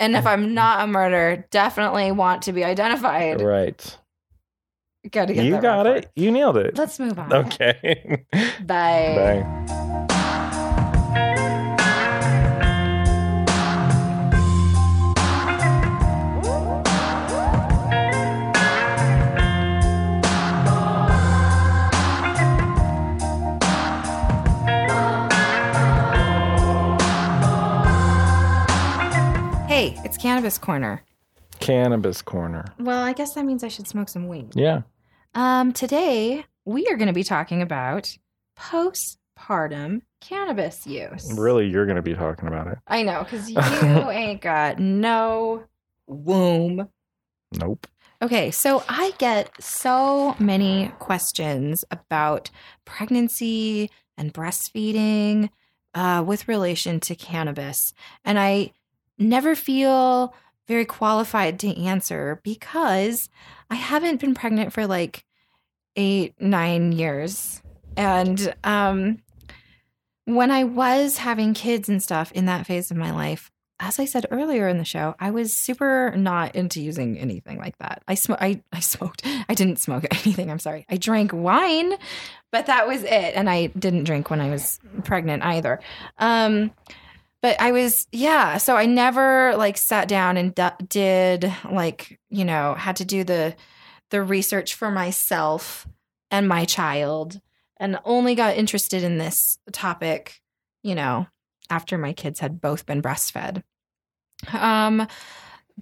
A: And if I'm not a murderer, definitely want to be identified.
B: right.
A: Got to get
B: You
A: that
B: got
A: Rav
B: it. You nailed it.
A: Four. Let's move on.
B: Okay.
A: Bye.
B: Bye.
A: Hey, it's cannabis corner.
B: Cannabis corner.
A: Well, I guess that means I should smoke some weed.
B: Yeah.
A: Um, today we are going to be talking about postpartum cannabis use.
B: Really, you're going to be talking about it.
A: I know, because you ain't got no womb.
B: Nope.
A: Okay, so I get so many questions about pregnancy and breastfeeding uh, with relation to cannabis. And I never feel very qualified to answer because I haven't been pregnant for like eight, nine years. And um, when I was having kids and stuff in that phase of my life, as I said earlier in the show, I was super not into using anything like that. I sm- I, I smoked. I didn't smoke anything. I'm sorry. I drank wine, but that was it. And I didn't drink when I was pregnant either. Um, but I was yeah. So I never like sat down and d- did like you know had to do the the research for myself and my child, and only got interested in this topic, you know, after my kids had both been breastfed. Um,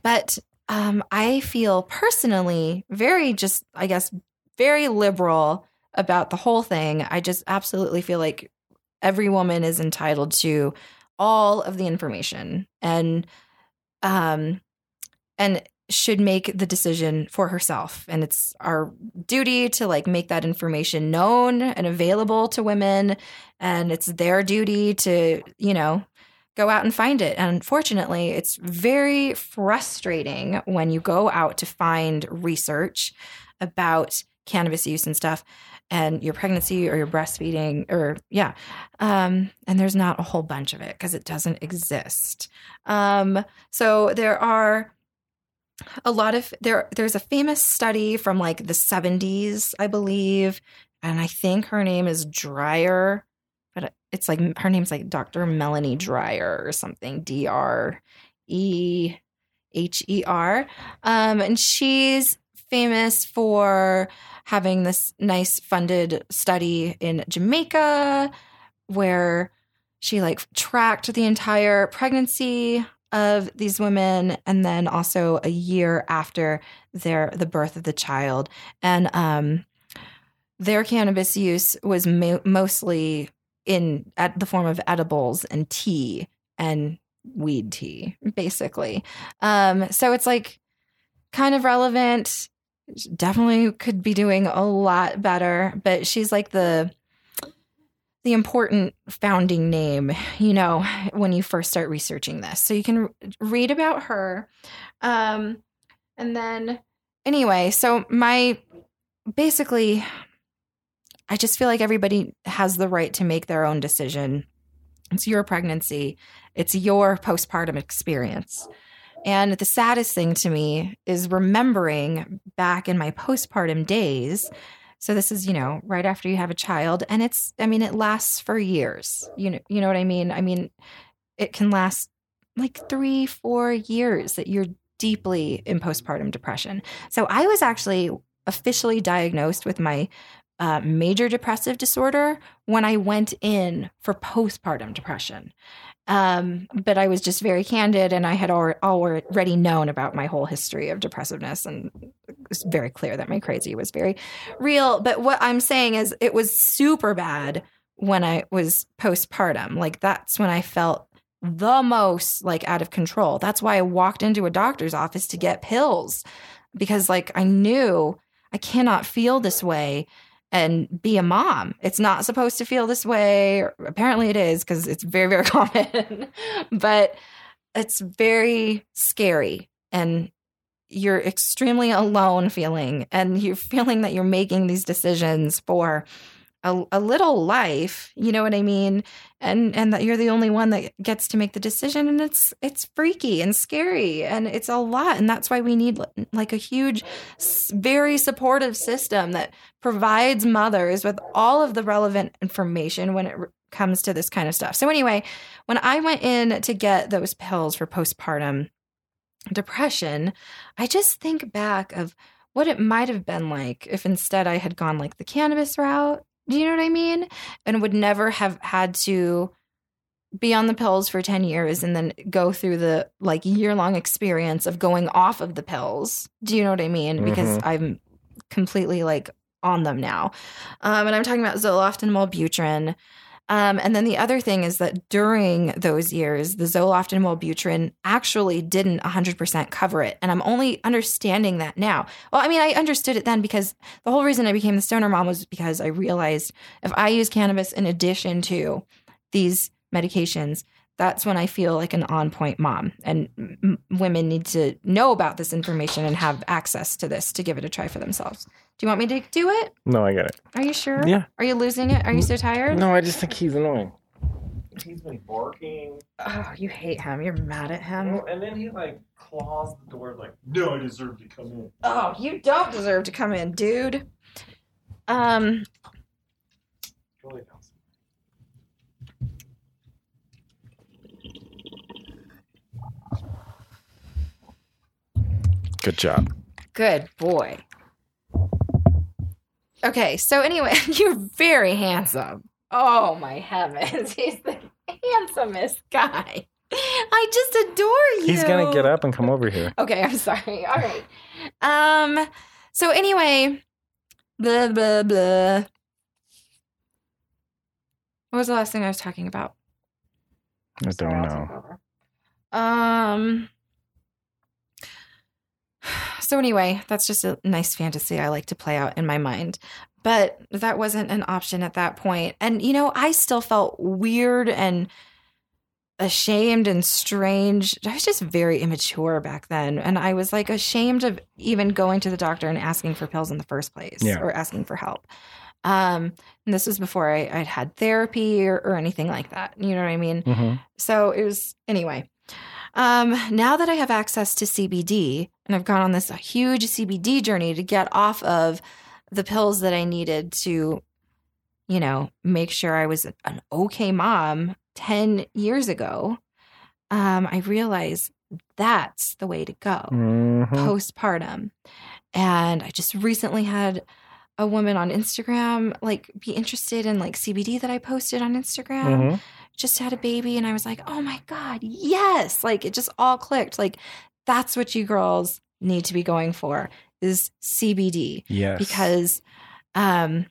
A: but um, I feel personally very just, I guess, very liberal about the whole thing. I just absolutely feel like every woman is entitled to all of the information and um and should make the decision for herself and it's our duty to like make that information known and available to women and it's their duty to you know go out and find it and unfortunately it's very frustrating when you go out to find research about cannabis use and stuff and your pregnancy or your breastfeeding or yeah um, and there's not a whole bunch of it because it doesn't exist um, so there are a lot of there there's a famous study from like the 70s i believe and i think her name is dryer but uh, it's like her name's like dr melanie dryer or something E d-r-e h-e-r E um, and she's famous for having this nice funded study in jamaica where she like tracked the entire pregnancy of these women, and then also a year after their the birth of the child, and um, their cannabis use was mo- mostly in at the form of edibles and tea and weed tea, basically. Um, so it's like kind of relevant. Definitely could be doing a lot better, but she's like the the important founding name, you know, when you first start researching this. So you can r- read about her. Um, and then, anyway, so my basically, I just feel like everybody has the right to make their own decision. It's your pregnancy, it's your postpartum experience. And the saddest thing to me is remembering back in my postpartum days so this is, you know, right after you have a child and it's I mean it lasts for years. You know, you know what I mean? I mean it can last like 3 4 years that you're deeply in postpartum depression. So I was actually officially diagnosed with my uh, major depressive disorder when I went in for postpartum depression. Um, but I was just very candid and I had al- already known about my whole history of depressiveness. And it was very clear that my crazy was very real. But what I'm saying is, it was super bad when I was postpartum. Like, that's when I felt the most like out of control. That's why I walked into a doctor's office to get pills because, like, I knew I cannot feel this way and be a mom. It's not supposed to feel this way. or Apparently, it is because it's very, very common, but it's very scary. And you're extremely alone feeling, and you're feeling that you're making these decisions for. A, a little life, you know what I mean, and and that you're the only one that gets to make the decision, and it's it's freaky and scary, and it's a lot, and that's why we need like a huge, s- very supportive system that provides mothers with all of the relevant information when it r- comes to this kind of stuff. So, anyway, when I went in to get those pills for postpartum depression, I just think back of what it might have been like if instead I had gone like the cannabis route. Do you know what I mean? And would never have had to be on the pills for 10 years and then go through the like year long experience of going off of the pills. Do you know what I mean? Because
B: Mhm.
A: I'm completely like on them now. Um, and I'm talking about Zoloft and Molbutrin. Um, and then the other thing is that during those years, the Zoloft and Molbutrin actually didn't 100% cover it. And I'm only understanding that now. Well, I mean, I understood it then because the whole reason I became the stoner mom was because I realized if I use cannabis in addition to these medications, that's when I feel like an on point mom. And m- women need to know about this information and have access to this to give it a try for themselves. Do you want me to do it?
B: No, I get it.
A: Are you sure?
B: Yeah.
A: Are you losing it? Are you so tired?
B: No, I just think he's annoying. He's been barking.
A: Oh, you hate him. You're mad at him.
B: And then he like claws the door like, no, I deserve to come in.
A: Oh, you don't deserve to come in, dude. Um,
B: Good job.
A: good boy. Okay, so anyway, you're very handsome. Oh my heavens, he's the handsomest guy. I just adore you.
B: He's gonna get up and come over here.
A: Okay, I'm sorry. All right. Um. So anyway, blah blah blah. What was the last thing I was talking about?
B: I don't know.
A: Um. So anyway, that's just a nice fantasy I like to play out in my mind. But that wasn't an option at that point. And you know, I still felt weird and ashamed and strange. I was just very immature back then, and I was like ashamed of even going to the doctor and asking for pills in the first place
B: Yeah.
A: or asking for help. Um, and this was before I, I'd had therapy or, or anything like that. You know what I mean?
B: hmm
A: So it was anyway. Um, now that I have access to CBD and I've gone on this huge CBD journey to get off of the pills that I needed to, you know, make sure I was an okay mom 10 years ago, um, I realized that's the way to go
B: hmm
A: postpartum. And I just recently had
B: Mm-hmm.
A: a woman on Instagram like be interested in like CBD that I posted on Instagram just had a baby and I was like, oh my God, yes. Like it just all clicked. Like that's what you girls need to be going for is CBD
B: Yes.
A: because, um,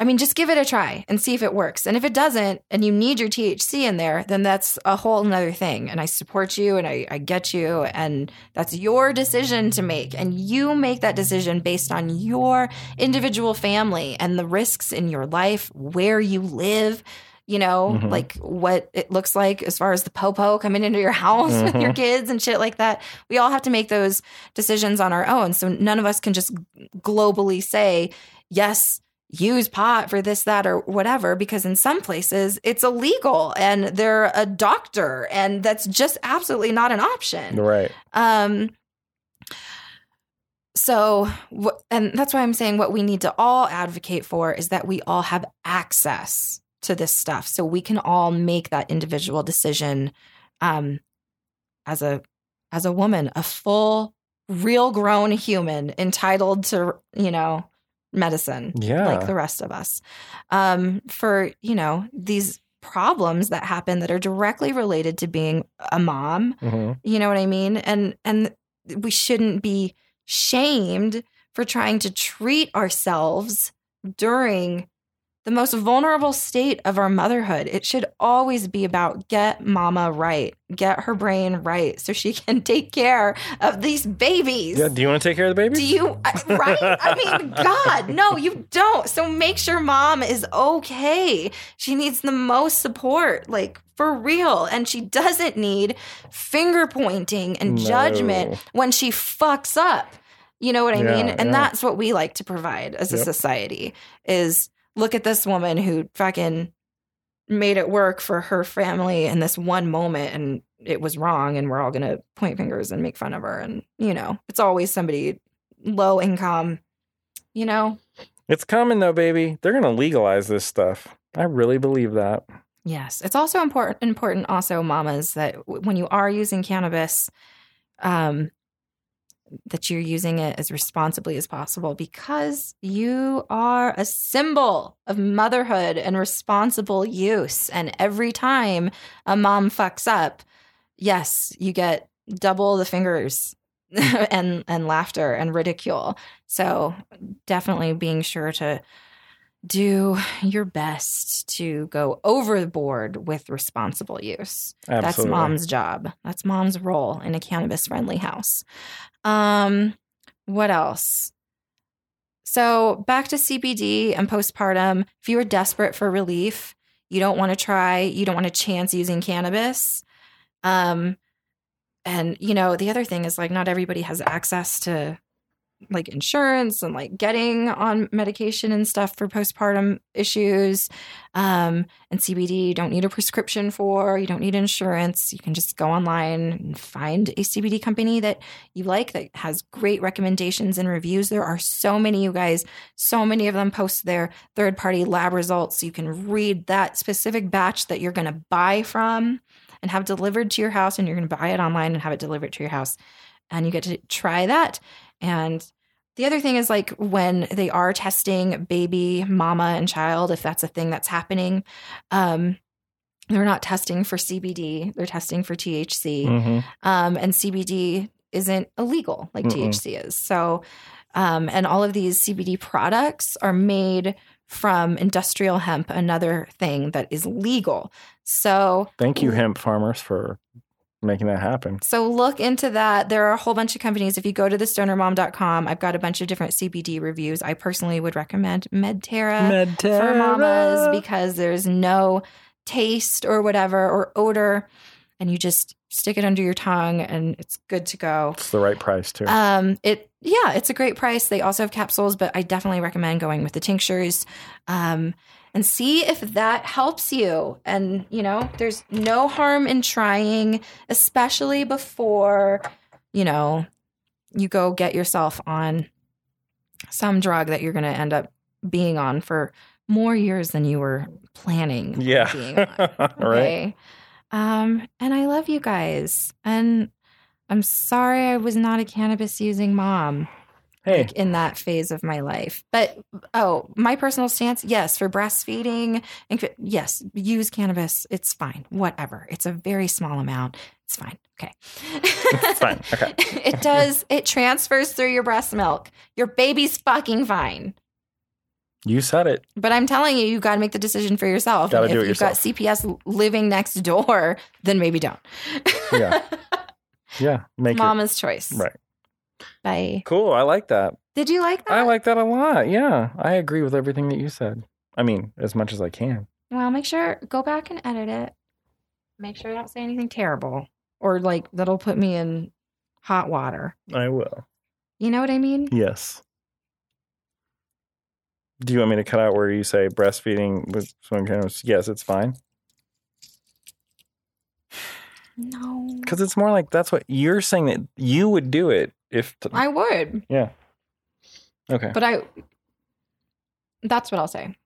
A: I mean, just give it a try and see if it works. And if it doesn't, and you need your THC in there, then that's a whole nother thing. And I support you and I, I get you. And that's your decision to make. And you make that decision based on your individual family and the risks in your life, where you live, you know,
B: Mhm.
A: like what it looks like as far as the popo coming into your house with your
B: Mhm.
A: kids and shit like that. We all have to make those decisions on our own. So none of us can just globally say, yes, use pot for this, that, or whatever, because in some places it's illegal and they're a doctor and that's just absolutely not an option.
B: right.
A: Um, so, wh- and that's why I'm saying what we need to all advocate for is that we all have access to this stuff, so we can all make that individual decision um, as a as a woman, a full, real grown human entitled to you know medicine
B: Yeah.
A: like the rest of us um, for you know these problems that happen that are directly related to being a mom
B: Mhm.
A: you know what I mean? And and we shouldn't be shamed for trying to treat ourselves during the most vulnerable state of our motherhood. It should always be about get mama right, get her brain right so she can take care of these babies.
B: Yeah. Do you want to take care of the baby?
A: Do you I- right? I mean, God, no, you don't. So make sure mom is okay. She needs the most support, like for real, and she doesn't need finger pointing and
B: No.
A: judgment when she fucks up. You know what I
B: Yeah,
A: mean? And
B: yeah.
A: that's what we like to provide as a
B: Yep.
A: society is look at this woman who fucking made it work for her family in this one moment and it was wrong and we're all going to point fingers and make fun of her and you know it's always somebody low income you know
B: It's coming though, baby. They're gonna legalize this stuff. I really believe that.
A: yes it's also important important also mamas that w- when you are using cannabis um that you're using it as responsibly as possible because you are a symbol of motherhood and responsible use and every time a mom fucks up, yes, you get double the fingers and and laughter and ridicule. So definitely being sure to do your best to go overboard with responsible use. That's
B: Absolutely.
A: mom's job. That's mom's role in a cannabis friendly house. Um what else? So back to CBD and postpartum. If you are desperate for relief, you don't want to try, you don't want to chance using cannabis. Um and you know, the other thing is like not everybody has access to like insurance and like getting on medication and stuff for postpartum issues. Um and CBD you don't need a prescription for, you don't need insurance. You can just go online and find a CBD company that you like that has great recommendations and reviews. There are so many, you guys, so many of them post their third party lab results. You can read that specific batch that you're going to buy from and have delivered to your house, and you're going to buy it online and have it delivered to your house. And you get to try that. And the other thing is like when they are testing baby, mama, and child, if that's a thing that's happening, um, they're not testing for CBD, they're testing for THC
B: Mhm.
A: um, and CBD isn't illegal like
B: Mm-mm.
A: THC is. So, um, and all of these CBD products are made from industrial hemp, another thing that is legal. So,
B: Thank you, hemp farmers, for making that happen.
A: so look into that. There are a whole bunch of companies. If you go to thestonermom.com, I've got a bunch of different CBD reviews. I personally would recommend Medterra Uh, for mamas because there's no taste or whatever or odor and you just stick it under your tongue and it's good to go.
B: it's the right price too.
A: Um it yeah, it's a great price. They also have capsules, but I definitely recommend going with the tinctures. Um and see if that helps you. And you know, there's no harm in trying, especially before, you know, you go get yourself on some drug that you're going to end up being on for more years than you were planning on
B: yeah.
A: being on.
B: right.
A: Okay. Um, and I love you guys. And I'm sorry I was not a cannabis using mom.
B: Hey,
A: like, in that phase of my life. But oh, my personal stance, yes, for breastfeeding, and c- yes, use cannabis. It's fine. Whatever. It's a very small amount. It's fine. Okay. It's
B: fine. Okay.
A: it does. It transfers through your breast milk. Your baby's fucking fine.
B: you said it.
A: But I'm telling you, you got to make the decision for yourself.
B: Gotta
A: And
B: do
A: if
B: it
A: you've got CPS living next door, then maybe don't.
B: Yeah. Yeah. Make
A: Mama's choice.
B: Right.
A: Bye.
B: it cool. I like that.
A: Did you like that?
B: I like that a lot. Yeah. I agree with everything that you said. I mean, as much as I can.
A: Well, make sure go back and edit it. Make sure I don't say anything terrible or like that'll put me in hot water.
B: I will.
A: You know what I mean?
B: Yes. Do you want me to cut out where you say breastfeeding with swim cannabis? Yes, it's fine.
A: No.
B: Because it's more like that's what you're saying that you would do it if. t-
A: I would,
B: yeah. Okay.
A: but I That's what I'll say.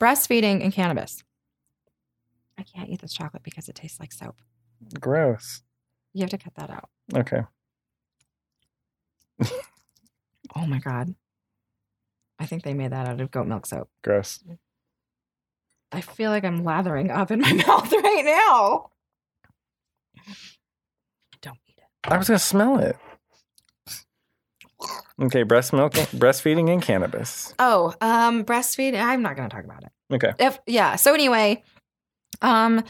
A: Breastfeeding and cannabis. I can't eat this chocolate because it tastes like soap.
B: Gross.
A: You have to cut that out.
B: Okay.
A: Oh my god. I think they made that out of goat milk soap.
B: Gross.
A: I feel like I'm lathering up in my mouth right now. Don't eat it.
B: I was gonna smell it. Okay, breast milk, breastfeeding, and cannabis.
A: Oh, um, breastfeeding. I'm not going to talk about it.
B: Okay.
A: If yeah. So anyway, um,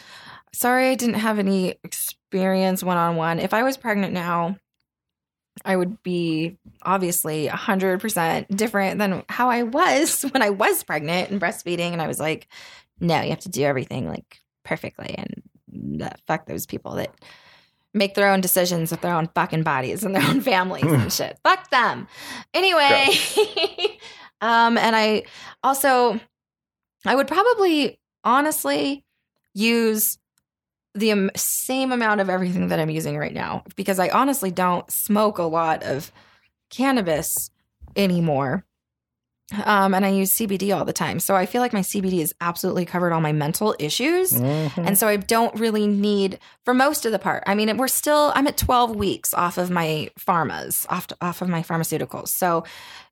A: sorry I didn't have any experience one on one. If I was pregnant now, I would be obviously hundred percent different than how I was when I was pregnant and breastfeeding. And I was like, no, you have to do everything like perfectly, and uh, fuck those people that make their own decisions with their own fucking bodies and their own families and shit. Fuck them. Anyway, um, and I also, I would probably honestly use the am- same amount of everything that I'm using right now because I honestly don't smoke a lot of cannabis anymore. Um, and I use CBD all the time. So I feel like my CBD has absolutely covered all my mental issues.
B: Mhm.
A: And so I don't really need for most of the part. I mean, we're still I'm at 12 weeks off of my pharmas, off off of my pharmaceuticals. So,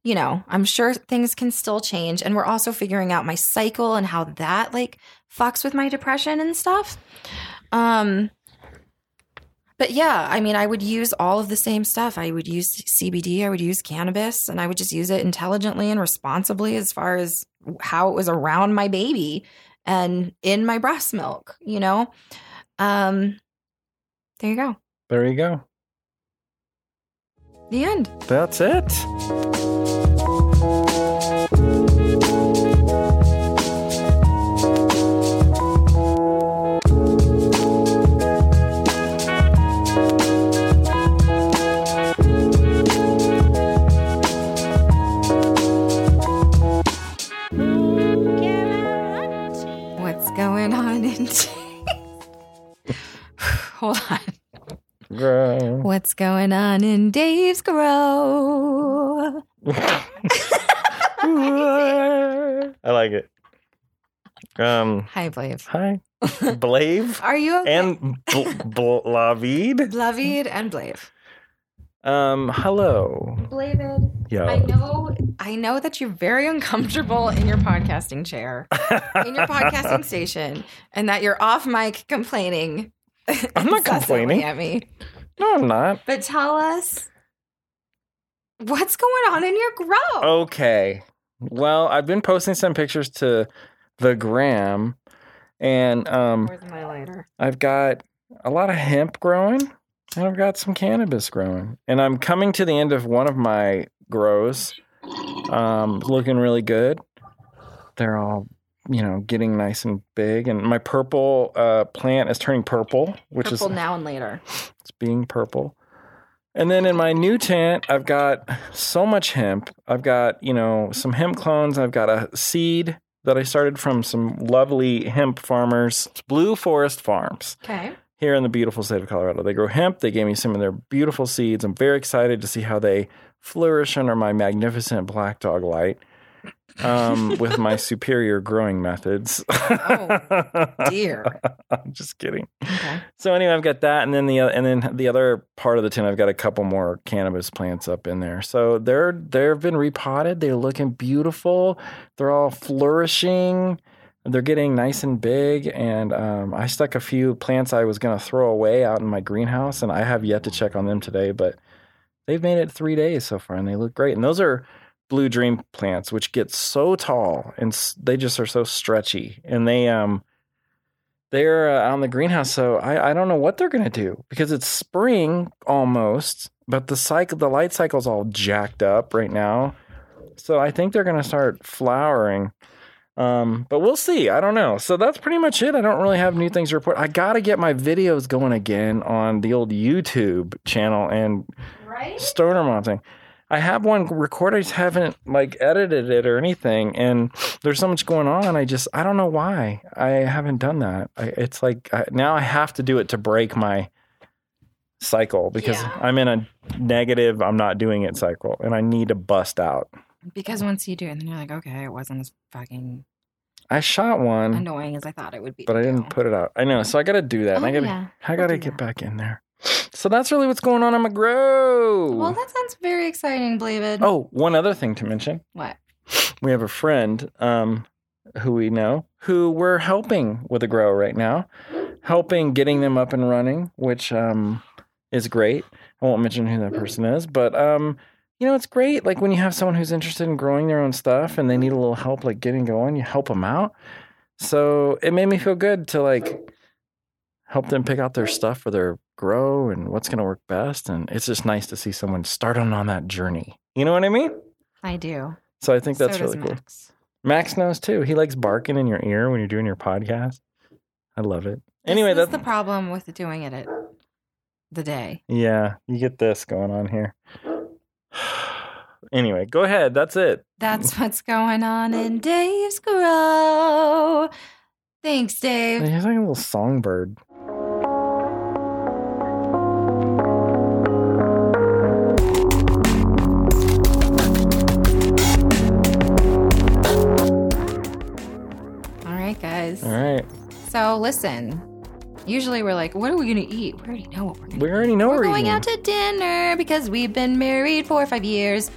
A: you know, I'm sure things can still change and we're also figuring out my cycle and how that like fucks with my depression and stuff. Um but yeah, I mean, I would use all of the same stuff. I would use CBD, I would use cannabis, and I would just use it intelligently and responsibly as far as how it was around my baby and in my breast milk, you know? Um there you go.
B: There you go.
A: The end.
B: That's it.
A: What's going on in Hold on.
B: Gross.
A: What's going on in Dave's grow?
B: I like it. Um.
A: Hi, Blave.
B: Hi, Blave
A: Are you okay?
B: and bl- bl- Blavid.
A: Blavid and Blave.
B: Um. Hello.
A: Blavid. I
B: Yeah.
A: know I know that you're very uncomfortable in your podcasting chair, in your podcasting station, and that you're off mic complaining.
B: I'm not
A: incessantly
B: complaining.
A: at me.
B: No, I'm not.
A: But tell us what's going on in your grow.
B: Oh. Okay. Well, I've been posting some pictures to the gram, and um,
A: Where's my lighter?
B: I've got a lot of hemp growing, and I've got some cannabis growing, and I'm coming to the end of one of my grows. Um, looking really good. They're all, you know, getting nice and big, and my purple uh, plant is turning purple, which is
A: Purple now and later.
B: it's being purple. And then in my new tent, I've got so much hemp. I've got, you know, some hemp clones. I've got a seed that I started from some lovely hemp farmers, It's Blue Forest Farms,
A: Okay.
B: here in the beautiful state of Colorado. They grow hemp. They gave me some of their beautiful seeds. I'm very excited to see how they flourish under my magnificent black dog light. um, with my superior growing methods.
A: Oh, Dear.
B: I'm just kidding.
A: Okay.
B: So anyway, I've got that, and then the and then the other part of the tin, I've got a couple more cannabis plants up in there. So they're they've been repotted. They're looking beautiful. They're all flourishing. They're getting nice and big. And um, I stuck a few plants I was going to throw away out in my greenhouse, and I have yet to check on them today. But they've made it three days so far, and they look great. And those are blue dream plants, which get so tall and s- they just are so stretchy, and they um they're uh, out in the greenhouse, so I, I don't know what they're gonna do because it's spring almost, but the cycle the light cycle's all jacked up right now, so I think they're gonna start flowering. Um, but we'll see. I don't know. So that's pretty much it. I don't really have new things to report. I gotta get my videos going again on the old YouTube channel and
A: Right?
B: stoner mounting. I have one recorded. I just haven't like edited it or anything. And there's so much going on. I just I don't know why I haven't done that. I, it's like I, now I have to do it to break my cycle because
A: Yeah.
B: I'm in a negative. I'm not doing it cycle, and I need to bust out.
A: Because once you do it, then you're like, okay, it wasn't as fucking
B: I shot one,
A: annoying as I thought it would be.
B: Mm.
A: Oh,
B: but I didn't put it out. I know, so I got to do that. and I got to
A: yeah.
B: I got to
A: do
B: get
A: that.
B: back in there. So that's really what's going on in my grow.
A: Well, that sounds very exciting, Blavid.
B: oh, one other thing to mention.
A: What?
B: we have a friend um, who we know who we're helping with a grow right now, helping getting them up and running, which um, is great. I won't mention who that person is, but um, you know, it's great. Like when you have someone who's interested in growing their own stuff and they need a little help, like getting going, you help them out. So it made me feel good to like help them pick out their stuff for their grow and what's going to work best. And it's just nice to see someone starting on that journey. You know what I mean?
A: I do.
B: So I think that's
A: so does
B: really cool.
A: Max.
B: Max knows too. He likes barking in your ear when you're doing your podcast. I love it. Anyway,
A: this is
B: that's
A: the problem with doing it at the day.
B: yeah. You get this going on here. anyway, go ahead. That's it.
A: That's what's going on in Dave's Grow. Thanks, Dave.
B: He's like a little songbird.
A: All right, guys.
B: All right,
A: So listen. Usually we're like, what are we gonna eat? We already know what we're gonna.
B: we already know
A: We're,
B: we're,
A: going
B: eating.
A: out to dinner because we've been married for five years,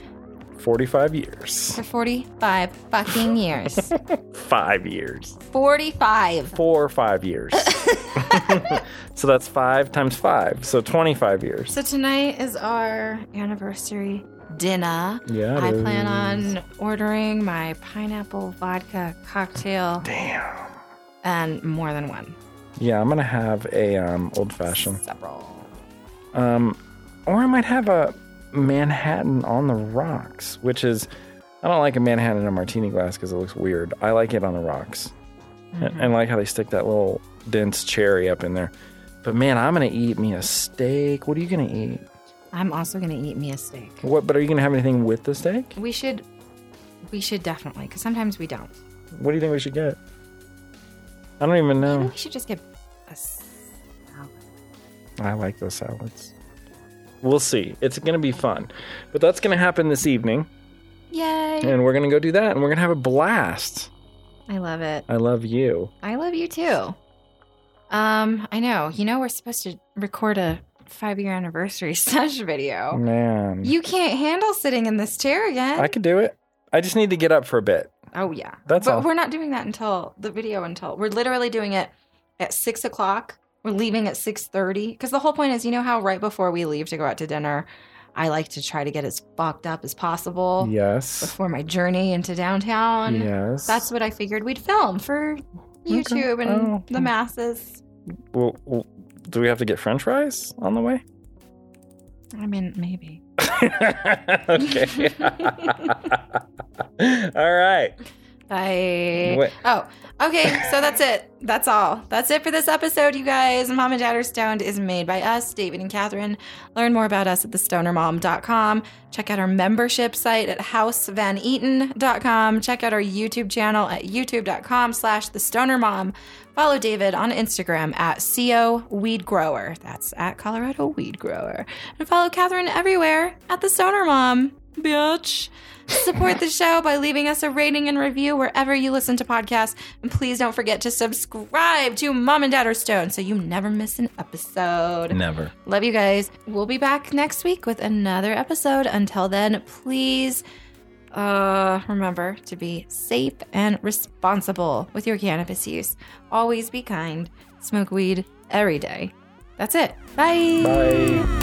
B: Forty-five years.
A: for forty-five fucking years,
B: Five years.
A: forty-five.
B: Four or five years. so that's five times five. So twenty-five years.
A: So tonight is our anniversary dinner.
B: Yeah. it
A: I plan
B: is.
A: on ordering my pineapple vodka cocktail
B: Damn.
A: and more than one.
B: Yeah, I'm gonna have a um, old-fashioned.
A: Several.
B: Um, or I might have a Manhattan on the rocks, which is I don't like a Manhattan in a martini glass because it looks weird. I like it on the rocks, and, and I like how they stick that little dense cherry up in there. But man, I'm gonna eat me a steak. What are you gonna eat?
A: I'm also gonna eat me a steak.
B: What? But are you gonna have anything with the steak?
A: We should, we should definitely, because sometimes we don't.
B: What do you think we should get? I don't even
A: Maybe
B: know.
A: we should just get a salad.
B: I like those salads. We'll see. It's gonna be fun, but that's gonna happen this evening,
A: Yay!
B: and we're gonna go do that, and we're gonna have a blast.
A: I love it.
B: I love you.
A: I love you too. Um, I know. You know we're supposed to record a five-year anniversary sesh video.
B: Man,
A: You can't handle sitting in this chair again.
B: Mm. I could do it. I just need to get up for a bit.
A: Oh yeah.
B: That's
A: but
B: all.
A: we're not doing that until the video until we're literally doing it at six o'clock. We're leaving at six thirty. Because the whole point is, you know how right before we leave to go out to dinner, I like to try to get as fucked up as possible
B: Yes.
A: before my journey into downtown.
B: Yes.
A: That's what I figured we'd film for YouTube and
B: Oh,
A: the
B: okay.
A: masses.
B: Well, well, do we have to get French fries on the way?
A: I mean, maybe.
B: okay. all right.
A: Bye.
B: Wait.
A: Oh, okay. So that's it. That's all. That's it for this episode, you guys. Mom and Dad Are Stoned is made by us, David and Catherine. Learn more about us at thestonermom.com. Check out our membership site at housevaneaton.com. Check out our YouTube channel at youtube.com slash thestonermom. Follow David on Instagram at CO Weed Grower. That's at Colorado Weed Grower. And follow Catherine everywhere at The Stoner Mom. bitch. Support the show by leaving us a rating and review wherever you listen to podcasts. And please don't forget to subscribe to Mom and Dad Are Stone so you never miss an episode.
B: Never.
A: Love you guys. We'll be back next week with another episode. Until then, please uh, remember to be safe and responsible with your cannabis use. Always be kind. Smoke weed every day. That's it. Bye.
B: Bye.